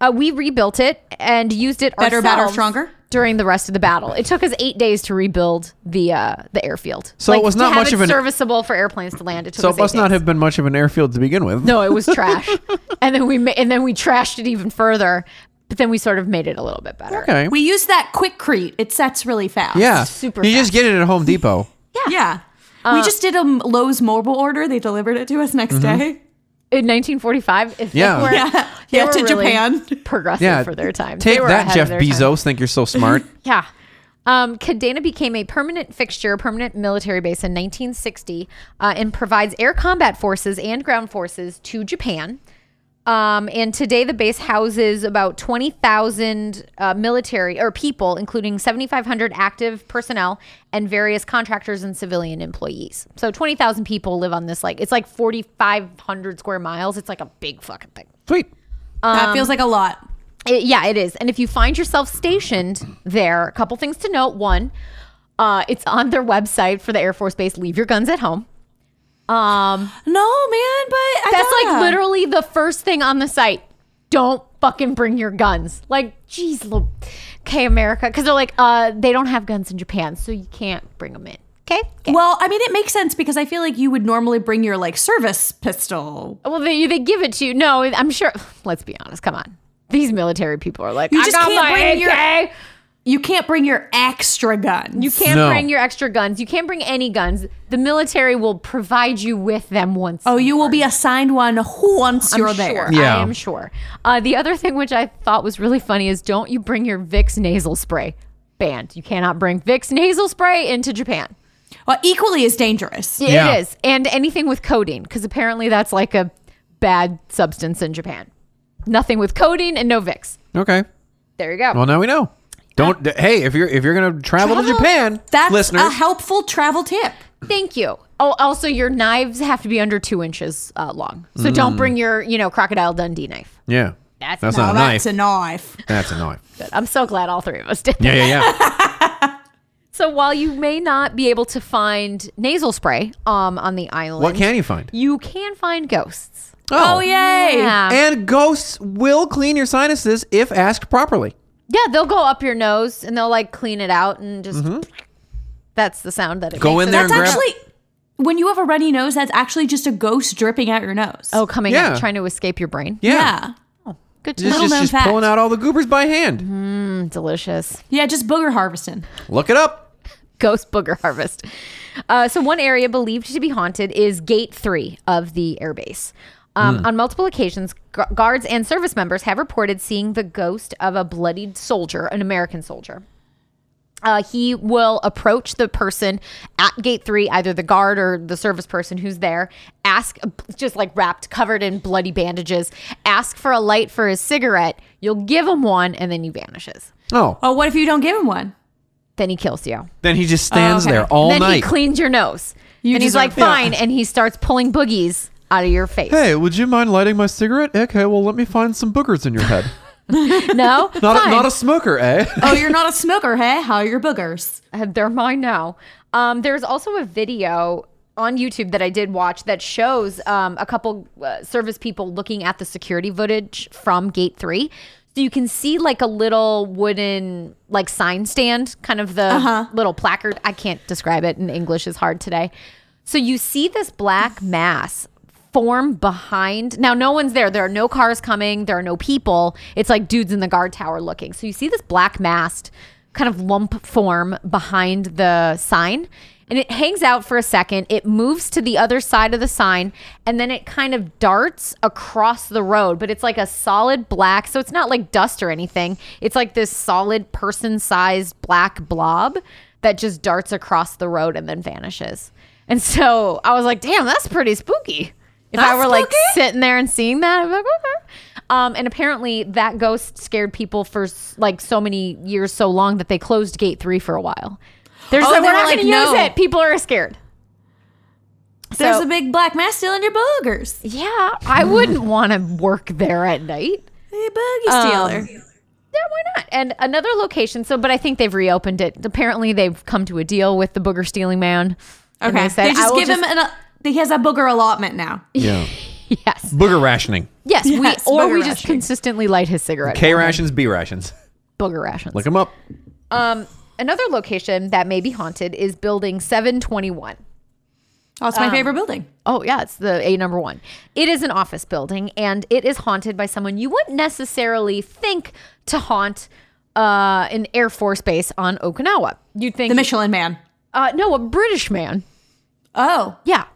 Speaker 3: Uh, we rebuilt it and used it
Speaker 1: Better, better,
Speaker 3: ourselves
Speaker 1: stronger?
Speaker 3: during the rest of the battle. It took us eight days to rebuild the uh, the airfield.
Speaker 2: So it was
Speaker 3: to
Speaker 2: not
Speaker 3: have
Speaker 2: much
Speaker 3: it
Speaker 2: of an-
Speaker 3: serviceable for airplanes to land. It took
Speaker 2: so
Speaker 3: us
Speaker 2: it must
Speaker 3: eight
Speaker 2: not
Speaker 3: days.
Speaker 2: have been much of an airfield to begin with.
Speaker 3: No, it was
Speaker 2: [laughs]
Speaker 3: trash. and then we ma- and then we trashed it even further. But then we sort of made it a little bit better.
Speaker 2: Okay.
Speaker 1: We use that quickcrete. It sets really fast.
Speaker 2: yeah.
Speaker 3: super
Speaker 2: you just get it at Home Depot.
Speaker 1: yeah. Uh, we just did a Lowe's mobile order. They delivered it to us next
Speaker 2: Mm-hmm.
Speaker 1: day.
Speaker 3: In 1945, if
Speaker 2: Yeah.
Speaker 3: they were,
Speaker 1: Yeah.
Speaker 3: they
Speaker 1: Yeah,
Speaker 3: were
Speaker 1: to
Speaker 3: really
Speaker 1: Japan.
Speaker 3: progressive
Speaker 2: Yeah.
Speaker 3: for their time. [laughs] They
Speaker 2: Take
Speaker 3: were ahead
Speaker 2: that,
Speaker 3: of
Speaker 2: Jeff
Speaker 3: their time.
Speaker 2: Bezos. Think you're so
Speaker 3: [laughs]
Speaker 2: smart.
Speaker 3: Yeah. Um, Kadena became a permanent fixture, a permanent military base in 1960, uh, and provides air combat forces and ground forces to Japan. Um, and today, the base houses about 20,000 uh, military or people, including 7,500 active personnel and various contractors and civilian employees. So 20,000 people live on this, like, it's like 4,500 square miles. It's like a big fucking thing.
Speaker 2: Sweet.
Speaker 1: Um,
Speaker 5: that feels like a lot.
Speaker 3: It- yeah, it is. And if you find yourself stationed there, a couple things to note. One, uh, it's on their website for the Air Force Base. Leave your guns at home. Um,
Speaker 5: No, man, but I
Speaker 3: that's like
Speaker 5: gotta.
Speaker 3: literally the first thing on the site. Don't fucking bring your guns. Like, geez, lo- okay, America, because they're like, uh, they don't have guns in Japan, so you can't bring them in. Okay.
Speaker 5: Well, I mean, it makes sense because I feel like you would normally bring your like service pistol.
Speaker 3: Well, they they give it to you. No, I'm sure. [sighs] Let's be honest. Come on, these military people are like,
Speaker 5: You
Speaker 3: I
Speaker 5: just
Speaker 3: got
Speaker 5: can't
Speaker 3: my
Speaker 5: bring your-
Speaker 3: AK.
Speaker 5: You can't bring your extra gun.
Speaker 3: You can't
Speaker 2: No.
Speaker 3: bring your extra guns. You can't bring any guns. The military will provide you with them once.
Speaker 5: oh, you will be assigned one once
Speaker 3: I'm
Speaker 5: you're
Speaker 3: sure.
Speaker 5: there.
Speaker 2: Yeah.
Speaker 3: I am sure. Uh, the other thing which I thought was really funny is don't you bring your Vicks nasal spray. Banned. You cannot bring Vicks nasal spray into Japan.
Speaker 5: Well, equally as dangerous.
Speaker 3: It
Speaker 2: Yeah.
Speaker 3: is. And anything with codeine, because apparently that's like a bad substance in Japan. Nothing with codeine and no Vicks.
Speaker 2: Okay.
Speaker 3: There you go.
Speaker 2: Well, now we know. Don't. d- hey, if you're if you're gonna travel, to
Speaker 3: Travel?
Speaker 2: Japan,
Speaker 5: That's
Speaker 2: listeners,
Speaker 5: a helpful travel tip.
Speaker 3: Thank you. Oh, also, your knives have to be under two inches uh, long. So
Speaker 2: Mm.
Speaker 3: don't bring your, you know, crocodile Dundee knife.
Speaker 2: yeah,
Speaker 3: That's
Speaker 2: that's not a
Speaker 3: not
Speaker 5: Oh, that's
Speaker 2: knife.
Speaker 5: a knife.
Speaker 2: that's a knife.
Speaker 3: But I'm so glad all three of us did.
Speaker 2: Yeah, yeah, yeah.
Speaker 3: [laughs] So while you may not be able to find nasal spray um, on the island,
Speaker 2: what can you find?
Speaker 3: you can find ghosts.
Speaker 5: Oh, yay.
Speaker 3: Yeah.
Speaker 2: And ghosts will clean your sinuses if asked properly.
Speaker 3: Yeah, they'll go up your nose and they'll like clean it out and just that's the sound that it
Speaker 2: Mm-hmm. Go
Speaker 3: makes.
Speaker 2: in there
Speaker 5: That's
Speaker 2: and grab-
Speaker 5: actually, when you have a runny nose, that's actually just a ghost dripping out your nose.
Speaker 3: Oh, coming
Speaker 2: Yeah.
Speaker 3: out, trying to escape your brain.
Speaker 2: Yeah.
Speaker 5: yeah.
Speaker 3: Good to
Speaker 2: Just,
Speaker 5: Little
Speaker 3: know.
Speaker 2: just,
Speaker 5: known
Speaker 2: just
Speaker 5: fact.
Speaker 2: pulling out all the goobers by hand.
Speaker 3: Mm-hmm. Delicious.
Speaker 5: Yeah, just booger harvesting.
Speaker 2: Look it up.
Speaker 3: Ghost booger harvest. Uh, so one area believed to be haunted is Gate 3 of the airbase. Um, On multiple occasions, gu- guards and service members have reported seeing the ghost of a bloodied soldier, an American soldier. uh, he will approach the person at gate three, either the guard or the service person who's there, ask, uh, just like wrapped, covered in bloody bandages, ask for a light for his cigarette. You'll give him one, and then he vanishes.
Speaker 2: Oh,
Speaker 5: Oh, what if you don't give him one?
Speaker 3: Then he kills you.
Speaker 2: then he just stands
Speaker 5: okay.
Speaker 2: there all
Speaker 3: Oh, then he
Speaker 2: night.
Speaker 3: cleans your nose.
Speaker 5: You
Speaker 3: and he's
Speaker 5: deserve
Speaker 3: like,
Speaker 5: it.
Speaker 3: fine. And he starts pulling boogies out of your face.
Speaker 2: hey, would you mind lighting my cigarette? Okay, well, let me find some boogers in your
Speaker 3: [laughs]
Speaker 2: head.
Speaker 3: No?
Speaker 2: [laughs] Not a,
Speaker 3: Fine.
Speaker 2: not a smoker,
Speaker 3: [laughs]
Speaker 2: eh?
Speaker 5: Oh, you're not a smoker, hey? How are your boogers?
Speaker 3: Uh, they're mine now. Um, there's also a video on YouTube that I did watch that shows um, a couple uh, service people looking at the security footage from Gate Three. So you can see like a little wooden like sign stand, kind of the little placard. I can't describe it, and English is hard today. So you see this black mass form behind. Now, no one's there. There are no cars coming. There are no people. It's like dudes in the guard tower looking. So you see this black mast kind of lump form behind the sign. And it hangs out for a second. It moves to the other side of the sign and then it kind of darts across the road, but it's like a solid black. So it's not like dust or anything. It's like this solid person sized black blob that just darts across the road and then vanishes. And so I was like, damn, that's pretty spooky. If I
Speaker 5: That's
Speaker 3: were like
Speaker 5: spooky.
Speaker 3: sitting there and seeing that, I'd be like, okay. Um, and apparently that ghost scared people for s- like so many years, so long that they closed gate three for a while. They're just
Speaker 5: Oh,
Speaker 3: like,
Speaker 5: they were
Speaker 3: we're not
Speaker 5: like,
Speaker 3: going to use
Speaker 5: no.
Speaker 3: it. People are scared.
Speaker 5: There's
Speaker 3: So-
Speaker 5: a big black mass stealing your boogers.
Speaker 3: Yeah,
Speaker 5: [laughs]
Speaker 3: I wouldn't want to work there at night.
Speaker 5: Hey, boogie stealer.
Speaker 3: Yeah, why not? And another location. So, but I think they've reopened it. Apparently, they've come to a deal with the booger stealing man. And
Speaker 5: okay. They,
Speaker 3: said, "I
Speaker 5: just
Speaker 3: will
Speaker 5: give him an. Uh, he has a booger allotment now.
Speaker 2: yeah.
Speaker 3: [laughs] yes.
Speaker 2: Booger rationing.
Speaker 3: Yes,
Speaker 5: Yes,
Speaker 3: we or
Speaker 5: booger
Speaker 3: we just
Speaker 5: rationing.
Speaker 3: consistently light his cigarette.
Speaker 2: K rations, B rations.
Speaker 3: Booger rations.
Speaker 2: Look them up.
Speaker 3: um, another location that may be haunted is Building Seven Twenty One.
Speaker 5: Oh, it's my favorite building.
Speaker 3: Oh yeah, it's the A number one. It is an office building, and it is haunted by someone you wouldn't necessarily think to haunt uh, an Air Force base on Okinawa. You'd think
Speaker 5: The Michelin Man.
Speaker 3: Uh, no, a British man.
Speaker 5: Oh,
Speaker 3: Yeah,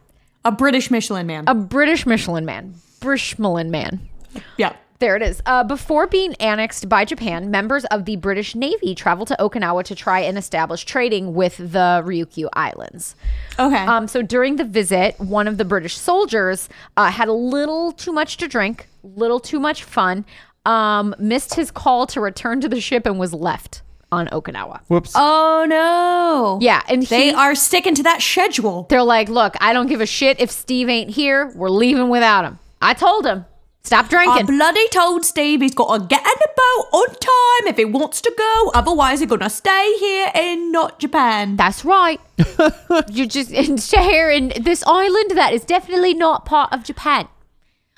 Speaker 5: a British Michelin Man.
Speaker 3: a British Michelin man. British Michelin man.
Speaker 5: yeah.
Speaker 3: There it is. Uh, before being annexed by Japan, members of the British Navy traveled to Okinawa to try and establish trading with the Ryukyu Islands.
Speaker 1: Okay.
Speaker 3: Um, so during the visit, one of the British soldiers uh, had a little too much to drink, little too much fun, um, missed his call to return to the ship, and was left on Okinawa.
Speaker 2: Whoops.
Speaker 1: oh no.
Speaker 3: Yeah, and
Speaker 1: They
Speaker 3: he-
Speaker 1: are sticking to that schedule.
Speaker 3: They're like, look, I don't give a shit if Steve ain't here. We're leaving without him. I told him, stop
Speaker 1: I
Speaker 3: drinking.
Speaker 1: bloody told Steve he's got to get in the boat on time if he wants to go. Otherwise, he's gonna stay here in not Japan.
Speaker 2: [laughs]
Speaker 3: That's right. You're just [laughs] in sharing this island that is definitely not part of Japan.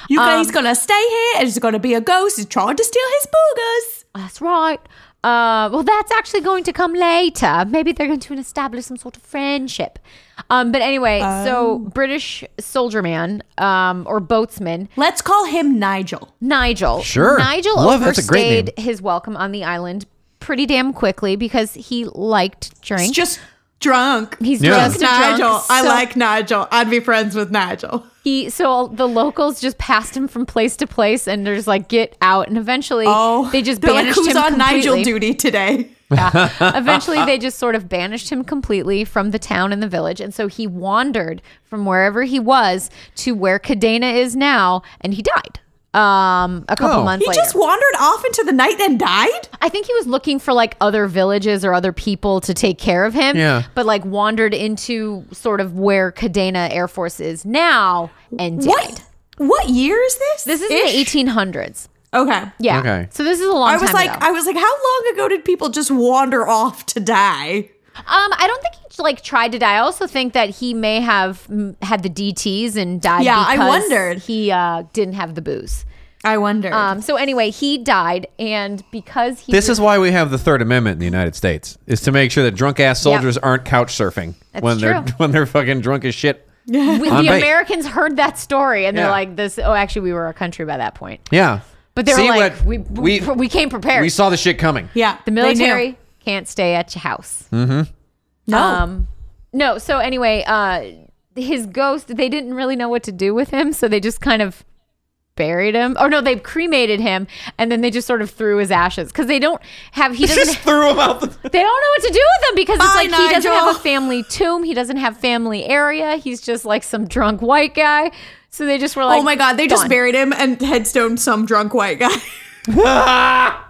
Speaker 1: You
Speaker 5: Um,
Speaker 1: guys gonna stay here, and he's gonna be a ghost. He's trying to steal his boogers.
Speaker 3: That's right. Uh, well, that's actually going to come later. Maybe they're going to establish some sort of friendship. Um, but anyway, so
Speaker 2: Um.
Speaker 3: British soldier man um, or boatsman
Speaker 1: Let's call him Nigel.
Speaker 3: Nigel.
Speaker 2: Sure.
Speaker 3: Nigel
Speaker 2: Love, that's a great
Speaker 3: overstayed his welcome on the island pretty damn quickly because he liked drink.
Speaker 1: He's just drunk.
Speaker 3: He's
Speaker 2: Yeah.
Speaker 3: just a drunk, so
Speaker 1: Nigel. I'd be friends with Nigel.
Speaker 3: he. So the locals just passed him from place to place, and they're just like, "Get out!" And eventually,
Speaker 1: Oh,
Speaker 3: they just
Speaker 1: they're like,
Speaker 3: banished
Speaker 1: who's
Speaker 3: him
Speaker 1: on Nigel
Speaker 3: completely.
Speaker 1: duty today?
Speaker 3: Yeah. [laughs] Eventually, they just sort of banished him completely from the town and the village. And so he wandered from wherever he was to where Cadena is now, and he died um, a couple
Speaker 2: Oh.
Speaker 3: months
Speaker 1: He
Speaker 3: later.
Speaker 1: just wandered off into the night and died.
Speaker 3: I think he was looking for like other villages or other people to take care of him,
Speaker 2: Yeah.
Speaker 3: but like wandered into sort of where Cadena Air Force is now and died.
Speaker 1: What? What year is this?
Speaker 3: This is
Speaker 1: Ish?
Speaker 3: in the 1800s.
Speaker 1: Okay.
Speaker 3: Yeah.
Speaker 2: Okay.
Speaker 3: So this is a long
Speaker 1: I
Speaker 3: time
Speaker 1: was like,
Speaker 3: ago.
Speaker 1: I was like, how long ago did people just wander off to die?
Speaker 3: Um, I don't think he like tried to die. I also think that he may have mm, had the DTS and died.
Speaker 1: Yeah, I
Speaker 3: because
Speaker 1: wondered.
Speaker 3: He uh, didn't have the booze.
Speaker 1: I wonder.
Speaker 3: Um, so anyway, he died, and because he
Speaker 2: This
Speaker 3: [laughs]
Speaker 2: is why we have the Third Amendment in the United States is to make sure that drunk ass soldiers aren't couch surfing
Speaker 3: That's
Speaker 2: when they're
Speaker 3: true.
Speaker 2: [laughs] when they're fucking drunk as shit.
Speaker 3: we-
Speaker 2: on
Speaker 3: the
Speaker 2: bait.
Speaker 3: Americans heard that story, and
Speaker 2: Yeah.
Speaker 3: they're like, "This oh, actually, we were a country by that point."
Speaker 2: Yeah.
Speaker 3: But they
Speaker 2: See
Speaker 3: were like,
Speaker 2: what-
Speaker 3: we, we we came prepared.
Speaker 2: we saw the shit coming. [laughs]
Speaker 1: yeah.
Speaker 3: the
Speaker 1: they knew.
Speaker 3: military can't stay at your house.
Speaker 1: No.
Speaker 3: Um, no. So anyway, uh, his ghost. They didn't really know what to do with him, so they just kind of buried him. Or no, they cremated him, and then they just sort of threw his ashes because they don't have. He doesn't.
Speaker 2: Just threw him out
Speaker 3: [laughs]
Speaker 2: the [laughs]
Speaker 3: they don't know what to do with him because
Speaker 1: Bye,
Speaker 3: it's like he doesn't have a
Speaker 1: Nigel.
Speaker 3: family tomb. He doesn't have family area. He's just like some drunk white guy. So they just were like,
Speaker 1: oh my god, they just
Speaker 3: gone.
Speaker 1: buried him and headstoned some drunk white guy.
Speaker 3: That's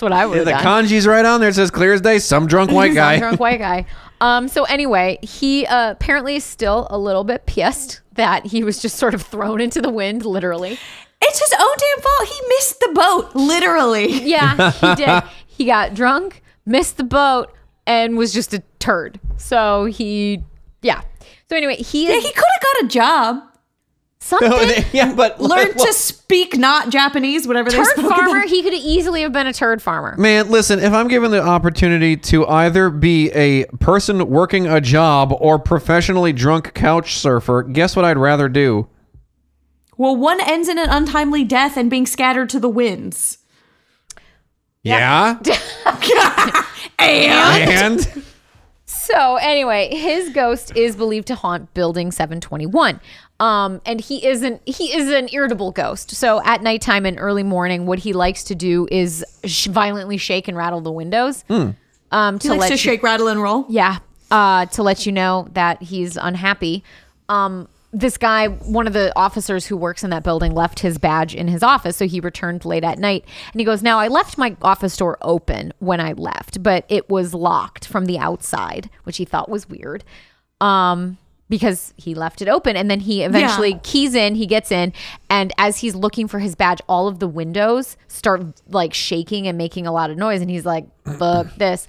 Speaker 3: what I would. have
Speaker 2: The
Speaker 3: done.
Speaker 2: kanji's right on there. It says clear as day. Some drunk white guy.
Speaker 3: Some [laughs] drunk white guy. Um, so anyway, he uh, apparently is still a little bit pissed that he was just sort of thrown into the wind, literally.
Speaker 1: it's his own damn fault. He missed the boat, literally.
Speaker 3: Yeah, he did. he got drunk, missed the boat, and was just a turd. So he, yeah. So anyway, he
Speaker 1: Yeah,
Speaker 3: is
Speaker 1: he could have got a job. [laughs]
Speaker 3: something.
Speaker 2: [laughs] yeah, but [laughs]
Speaker 1: Learned to speak not Japanese, whatever they
Speaker 3: turd
Speaker 1: spoke
Speaker 3: farmer.
Speaker 1: then.
Speaker 3: He could easily have been a turd farmer.
Speaker 2: Man, listen, if I'm given the opportunity to either be a person working a job or professionally drunk couch surfer, guess what I'd rather do?
Speaker 1: Well, one ends in an untimely death and being scattered to the winds.
Speaker 2: Yeah. and
Speaker 3: So anyway, his ghost is believed to haunt building 721. Um, and he isn't he is an irritable ghost. So at nighttime and early morning, what he likes to do is sh- violently shake and rattle the windows. Um, to
Speaker 1: He likes
Speaker 3: let
Speaker 1: to
Speaker 3: you-
Speaker 1: shake, rattle, and roll.
Speaker 3: yeah, uh, to let you know that he's unhappy. Um, this guy, one of the officers who works in that building, left his badge in his office, so he returned late at night. And he goes, "Now I left my office door open when I left, but it was locked from the outside, which he thought was weird." Um, because he left it open and then he eventually keys in, he gets in, and as he's looking for his badge, all of the windows start like shaking and making a lot of noise. And he's like, fuck this.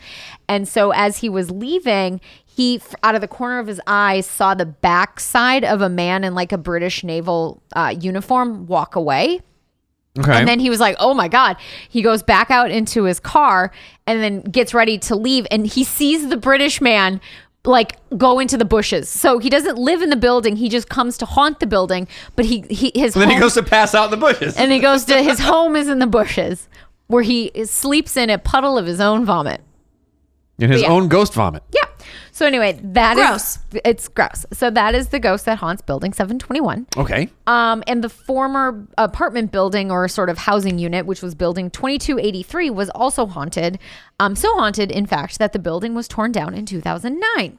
Speaker 3: And so as he was leaving, he, f- out of the corner of his eye, saw the backside of a man in like a British naval uh, uniform walk away.
Speaker 2: Okay.
Speaker 3: And then he was like, "Oh my god!" He goes back out into his car and then gets ready to leave, and he sees the British man like go into the bushes. So he doesn't live in the building; he just comes to haunt the building. But he, he his
Speaker 2: And then he
Speaker 3: home-
Speaker 2: goes to pass out in the bushes.
Speaker 3: and he goes to his home is in the bushes, where he sleeps in a puddle of his own vomit.
Speaker 2: in his
Speaker 3: yeah.
Speaker 2: own ghost vomit.
Speaker 3: Yeah. So anyway, that is
Speaker 1: Gross.
Speaker 3: it's gross. So that is the ghost that haunts building 721.
Speaker 2: Okay.
Speaker 3: Um, and the former apartment building or sort of housing unit, which was building 2283, was also haunted. Um, so haunted, in fact, that the building was torn down in 2009.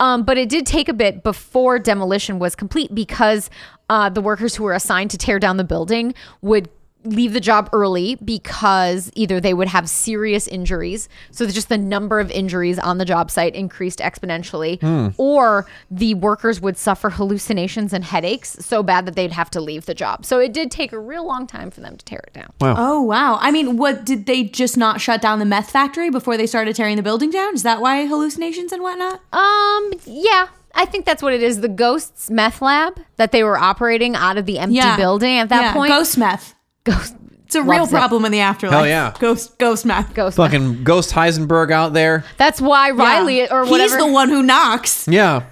Speaker 3: Um, but it did take a bit before demolition was complete because uh, the workers who were assigned to tear down the building would leave the job early because either they would have serious injuries so just the number of injuries on the job site increased exponentially or the workers would suffer hallucinations and headaches so bad that they'd have to leave the job so it did take a real long time for them to tear it down
Speaker 1: Oh wow! I mean, what did they just not shut down the meth factory before they started tearing the building down? Is that why hallucinations and whatnot?
Speaker 3: Um, yeah. I think that's what it is. The ghosts meth lab that they were operating out of the empty building at that
Speaker 1: Yeah,
Speaker 3: point.
Speaker 1: ghost meth.
Speaker 3: ghost,
Speaker 1: It's a real
Speaker 3: Loves it.
Speaker 1: problem in the afterlife.
Speaker 2: Hell yeah.
Speaker 1: ghost ghost meth.
Speaker 3: ghost. meth.
Speaker 2: Fucking Ghost Heisenberg out there.
Speaker 3: That's why Riley or whatever.
Speaker 1: He's the one who knocks.
Speaker 2: Yeah.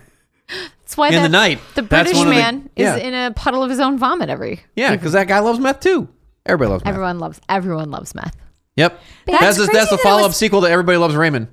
Speaker 3: that's why
Speaker 2: in the
Speaker 3: that-
Speaker 2: night.
Speaker 3: The
Speaker 2: That's
Speaker 3: British
Speaker 2: one of the-
Speaker 3: man
Speaker 2: yeah.
Speaker 3: is in a puddle of his own vomit every.
Speaker 2: Yeah, because that guy loves meth too. Everybody loves meth.
Speaker 3: Everyone loves. Everyone loves meth.
Speaker 2: Yep.
Speaker 3: That's
Speaker 2: That's,
Speaker 1: crazy
Speaker 2: that's, that's the
Speaker 1: that it
Speaker 2: follow up
Speaker 1: was-
Speaker 2: sequel to Everybody Loves Raymond.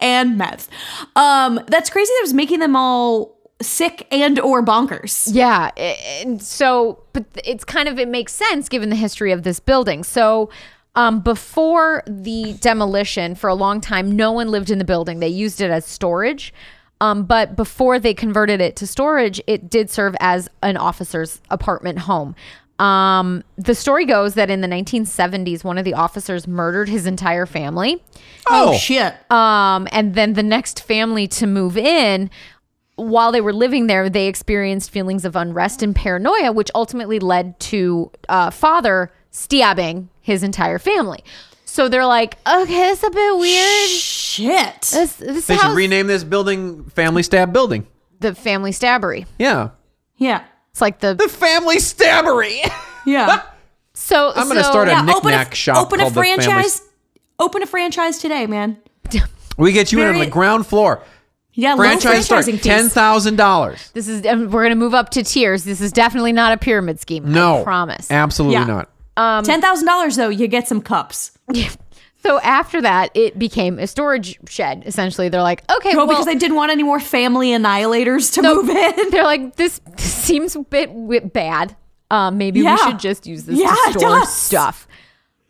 Speaker 1: and meth. Um, that's crazy. That was making them all sick and or bonkers.
Speaker 3: Yeah. And so, but it's kind of, it makes sense given the history of this building. So, um, before the demolition, for a long time, no one lived in the building. They used it as storage. Um, but before they converted it to storage, it did serve as an officer's apartment home. Um, the story goes that in the 1970s, one of the officers murdered his entire family.
Speaker 1: Oh, shit!
Speaker 3: Um, and then the next family to move in, while they were living there, they experienced feelings of unrest and paranoia, which ultimately led to uh, father stabbing his entire family. So they're like, okay, it's a bit weird.
Speaker 1: shit.
Speaker 3: This, this
Speaker 2: They should
Speaker 3: house,
Speaker 2: rename this building Family Stab Building.
Speaker 3: the family stabbery.
Speaker 2: Yeah.
Speaker 1: Yeah,
Speaker 3: It's like the,
Speaker 2: The Family Stabbery. [laughs]
Speaker 1: yeah.
Speaker 3: so
Speaker 2: I'm gonna
Speaker 3: so-
Speaker 2: start a-
Speaker 1: yeah
Speaker 2: knick-knack shop
Speaker 1: Open a
Speaker 2: called the Family
Speaker 1: franchise. Open a franchise today, man.
Speaker 2: we get you in on
Speaker 1: Very-
Speaker 2: the ground floor.
Speaker 1: Yeah, low
Speaker 2: Franchise start
Speaker 1: franchising fees.
Speaker 2: ten thousand dollars.
Speaker 3: This is um, we're gonna move up to tiers. This is definitely not a pyramid scheme.
Speaker 2: No,
Speaker 3: I promise.
Speaker 2: Absolutely
Speaker 1: Yeah.
Speaker 2: not.
Speaker 1: Ten thousand dollars though, you get some cups.
Speaker 3: so after that, it became a storage shed. Essentially, they're like, okay,
Speaker 1: Well,
Speaker 3: well,
Speaker 1: because they didn't want any more family annihilators to move in. [laughs]
Speaker 3: they're like, this, [laughs] this seems a bit wi- bad. Uh, maybe
Speaker 1: Yeah.
Speaker 3: we should just use this
Speaker 1: Yeah,
Speaker 3: to
Speaker 1: it
Speaker 3: store
Speaker 1: does.
Speaker 3: stuff.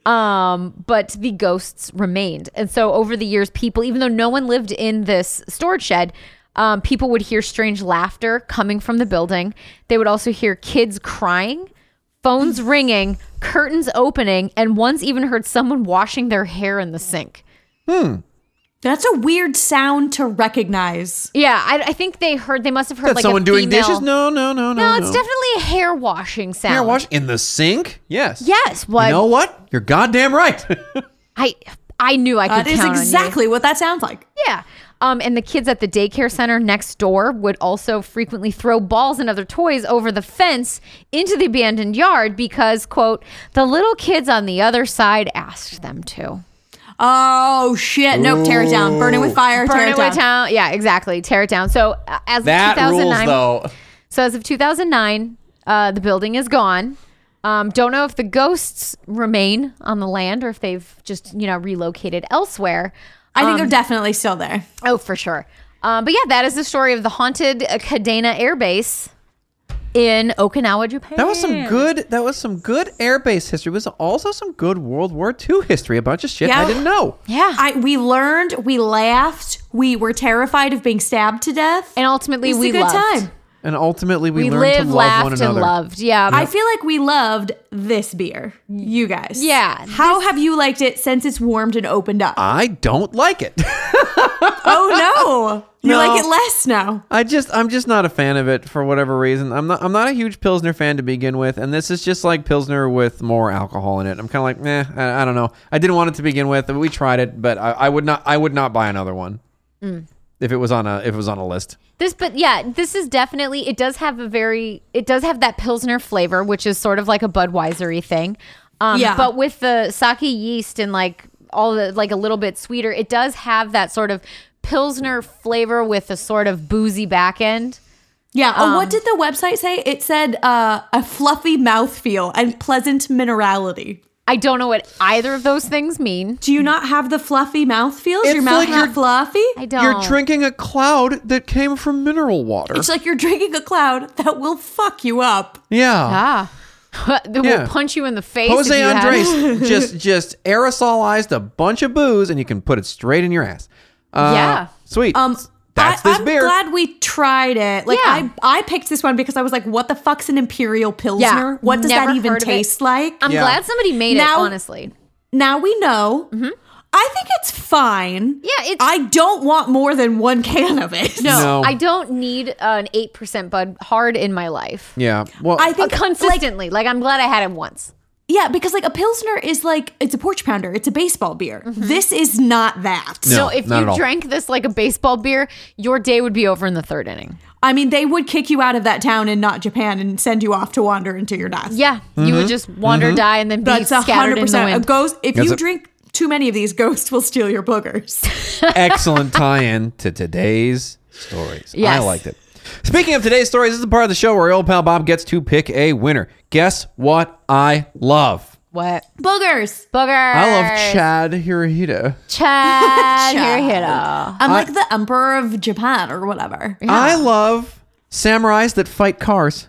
Speaker 3: Um, but the ghosts remained, and so over the years, people, even though no one lived in this storage shed, um, people would hear strange laughter coming from the building. They would also hear kids crying, phones ringing, curtains opening, and once even heard someone washing their hair in the sink.
Speaker 1: That's a weird sound to recognize.
Speaker 3: Yeah, I, I think they heard. They must have heard
Speaker 2: That
Speaker 3: like
Speaker 2: someone
Speaker 3: a
Speaker 2: doing
Speaker 3: female-
Speaker 2: dishes? No, no, no, no.
Speaker 3: No, it's definitely a hair washing sound.
Speaker 2: hair wash in the sink. Yes.
Speaker 3: Yes,
Speaker 2: You
Speaker 3: what
Speaker 2: know what? You're goddamn
Speaker 3: [laughs]
Speaker 2: right.
Speaker 3: I I knew I
Speaker 1: That
Speaker 3: could
Speaker 1: is
Speaker 3: count on you.
Speaker 1: exactly what that sounds like.
Speaker 3: yeah. Um, and the kids at the daycare center next door would also frequently throw balls and other toys over the fence into the abandoned yard because, quote, the little kids on the other side asked them to.
Speaker 1: Oh shit! Nope, tear it down. Burn it with fire. tear
Speaker 3: Burn
Speaker 1: it
Speaker 3: it
Speaker 1: down.
Speaker 3: with town. Yeah, exactly. Tear it down. So uh, as of
Speaker 2: that
Speaker 3: 2009,
Speaker 2: rules though.
Speaker 3: So as of 2009, uh, the building is gone. Um, don't know if the ghosts remain on the land or if they've just you know relocated elsewhere.
Speaker 1: I think they're definitely still there.
Speaker 3: Oh, for sure. Um, but yeah, that is the story of the haunted uh, Kadena Air Base in Okinawa, Japan.
Speaker 2: That was some good. That was some good airbase history. It was also some good World War II history. A bunch of shit I
Speaker 1: Yeah.
Speaker 2: didn't know.
Speaker 3: yeah.
Speaker 1: I we learned, we laughed, we were terrified of being stabbed to death.
Speaker 3: and ultimately,
Speaker 1: It's a
Speaker 3: we
Speaker 1: good
Speaker 3: loved.
Speaker 1: time.
Speaker 2: And ultimately, we,
Speaker 3: We
Speaker 2: learned to
Speaker 3: lived,
Speaker 2: love one
Speaker 3: laughed, and
Speaker 2: another.
Speaker 3: loved. Yeah.
Speaker 1: I feel like we loved this beer, you guys.
Speaker 3: Yeah,
Speaker 1: How have you liked it since it's warmed and opened up?
Speaker 2: I don't like it.
Speaker 1: [laughs]
Speaker 2: [laughs]
Speaker 1: oh no, you
Speaker 2: No.
Speaker 1: like it less now.
Speaker 2: I just, I'm just not a fan of it for whatever reason. I'm not, I'm not a huge Pilsner fan to begin with, and this is just like Pilsner with more alcohol in it. I'm kind of like, meh, I, I don't know. I didn't want it to begin with. We tried it, but I, I would not, I would not buy another one
Speaker 1: Mm.
Speaker 2: if it was on a, if it was on a list.
Speaker 3: This, but yeah, this is definitely. It does have a very. It does have that pilsner flavor, which is sort of like a Budweisery thing. Um,
Speaker 1: Yeah.
Speaker 3: But with the sake yeast and like all the like a little bit sweeter, it does have that sort of pilsner flavor with a sort of boozy back end.
Speaker 1: Yeah. oh, what uh, did the website say? It said uh, a fluffy mouthfeel and pleasant minerality.
Speaker 3: I don't know what either of those things mean.
Speaker 1: Do you not have the fluffy mouth feels?
Speaker 2: It's
Speaker 1: your mouth
Speaker 2: like
Speaker 1: not
Speaker 2: you're-
Speaker 1: fluffy?
Speaker 3: I don't.
Speaker 2: You're drinking a cloud that came from mineral water.
Speaker 1: It's like you're drinking a cloud that will fuck you up.
Speaker 2: yeah.
Speaker 3: Ah. [laughs] They
Speaker 2: Yeah.
Speaker 3: will punch you in the face. if
Speaker 2: Jose
Speaker 3: you
Speaker 2: [laughs]
Speaker 1: [laughs]
Speaker 3: had-
Speaker 2: Andres just just aerosolized a bunch of booze and you can put it straight in your ass. Uh,
Speaker 3: Yeah.
Speaker 2: Sweet.
Speaker 1: Um,
Speaker 2: That's
Speaker 1: I,
Speaker 2: this
Speaker 1: I'm
Speaker 2: beer.
Speaker 1: glad we tried it. Like
Speaker 3: Yeah.
Speaker 1: I, I picked this one because I was like, "What the fuck's an imperial pilsner?
Speaker 3: Yeah.
Speaker 1: What does
Speaker 3: Never
Speaker 1: that even
Speaker 3: heard of it.
Speaker 1: taste like?"
Speaker 3: I'm
Speaker 2: Yeah.
Speaker 3: glad somebody made
Speaker 1: Now-
Speaker 3: it, honestly.
Speaker 1: now we know. I think it's fine.
Speaker 3: Yeah, it's-
Speaker 1: I don't want more than one can of it.
Speaker 2: No.
Speaker 3: I don't need an 8% Bud hard in my life.
Speaker 2: yeah. Well,
Speaker 1: [laughs] I
Speaker 3: Uh,
Speaker 1: think like,
Speaker 3: consistently. Like, I'm glad I had it once.
Speaker 1: yeah, because like a pilsner is like it's a porch pounder, it's a baseball beer. This is not that.
Speaker 2: No,
Speaker 3: so if
Speaker 2: not at
Speaker 3: you
Speaker 2: all.
Speaker 3: drank this like a baseball beer, your day would be over in the third inning.
Speaker 1: I mean, they would kick you out of that town in not Japan and send you off to wander into your death.
Speaker 3: Yeah, you
Speaker 2: Mm-hmm.
Speaker 3: would just wander, die, and then be
Speaker 1: that's a
Speaker 3: scattered
Speaker 1: hundred
Speaker 3: in the wind.
Speaker 1: percent. A ghost. If
Speaker 2: That's
Speaker 1: you
Speaker 2: a-
Speaker 1: drink too many of these, [laughs] ghosts will steal your boogers.
Speaker 2: excellent tie-in to today's stories.
Speaker 3: Yes.
Speaker 2: I liked it. Speaking of today's stories, this is the part of the show where old pal Bob gets to pick a winner. Guess what I love?
Speaker 3: what?
Speaker 1: [laughs] boogers.
Speaker 3: Booger.
Speaker 2: I love Chad Hirohito. [laughs]
Speaker 3: Chad.
Speaker 1: Chad.
Speaker 3: Hirohito.
Speaker 1: I'm like the emperor of Japan or whatever.
Speaker 2: I love samurais that fight cars.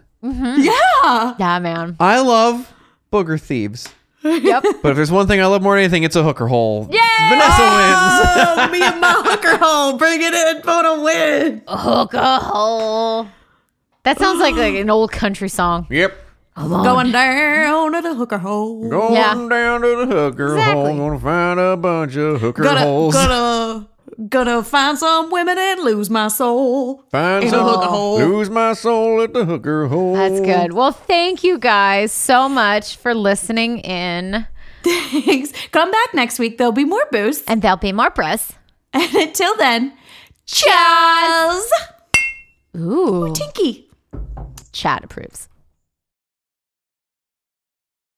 Speaker 1: Yeah.
Speaker 3: Yeah, man.
Speaker 2: I love booger thieves.
Speaker 3: Yep.
Speaker 2: But if there's one thing I love more than anything, it's a hooker hole. Yeah. Vanessa wins.
Speaker 1: [laughs] Oh, me and my hooker hole. Bring it in for the win.
Speaker 3: Hook a hole. That sounds like, like an old country song.
Speaker 2: yep.
Speaker 1: Going down to the hooker hole.
Speaker 2: Going
Speaker 3: Yeah.
Speaker 2: down to the hooker
Speaker 3: Exactly.
Speaker 2: hole. Gonna find a bunch of hooker
Speaker 1: gonna,
Speaker 2: holes.
Speaker 1: gonna, gonna find some women and lose my soul.
Speaker 2: Find
Speaker 1: in a
Speaker 2: some-
Speaker 1: hooker hole.
Speaker 2: Lose my soul at the hooker hole.
Speaker 3: That's good. Well, thank you guys so much for listening in.
Speaker 1: [laughs] Thanks. Come back next week. There'll be more booze. [laughs]
Speaker 3: And there'll be more press.
Speaker 1: And until then, cheers.
Speaker 3: Ooh.
Speaker 1: Tinky.
Speaker 3: Chad approves.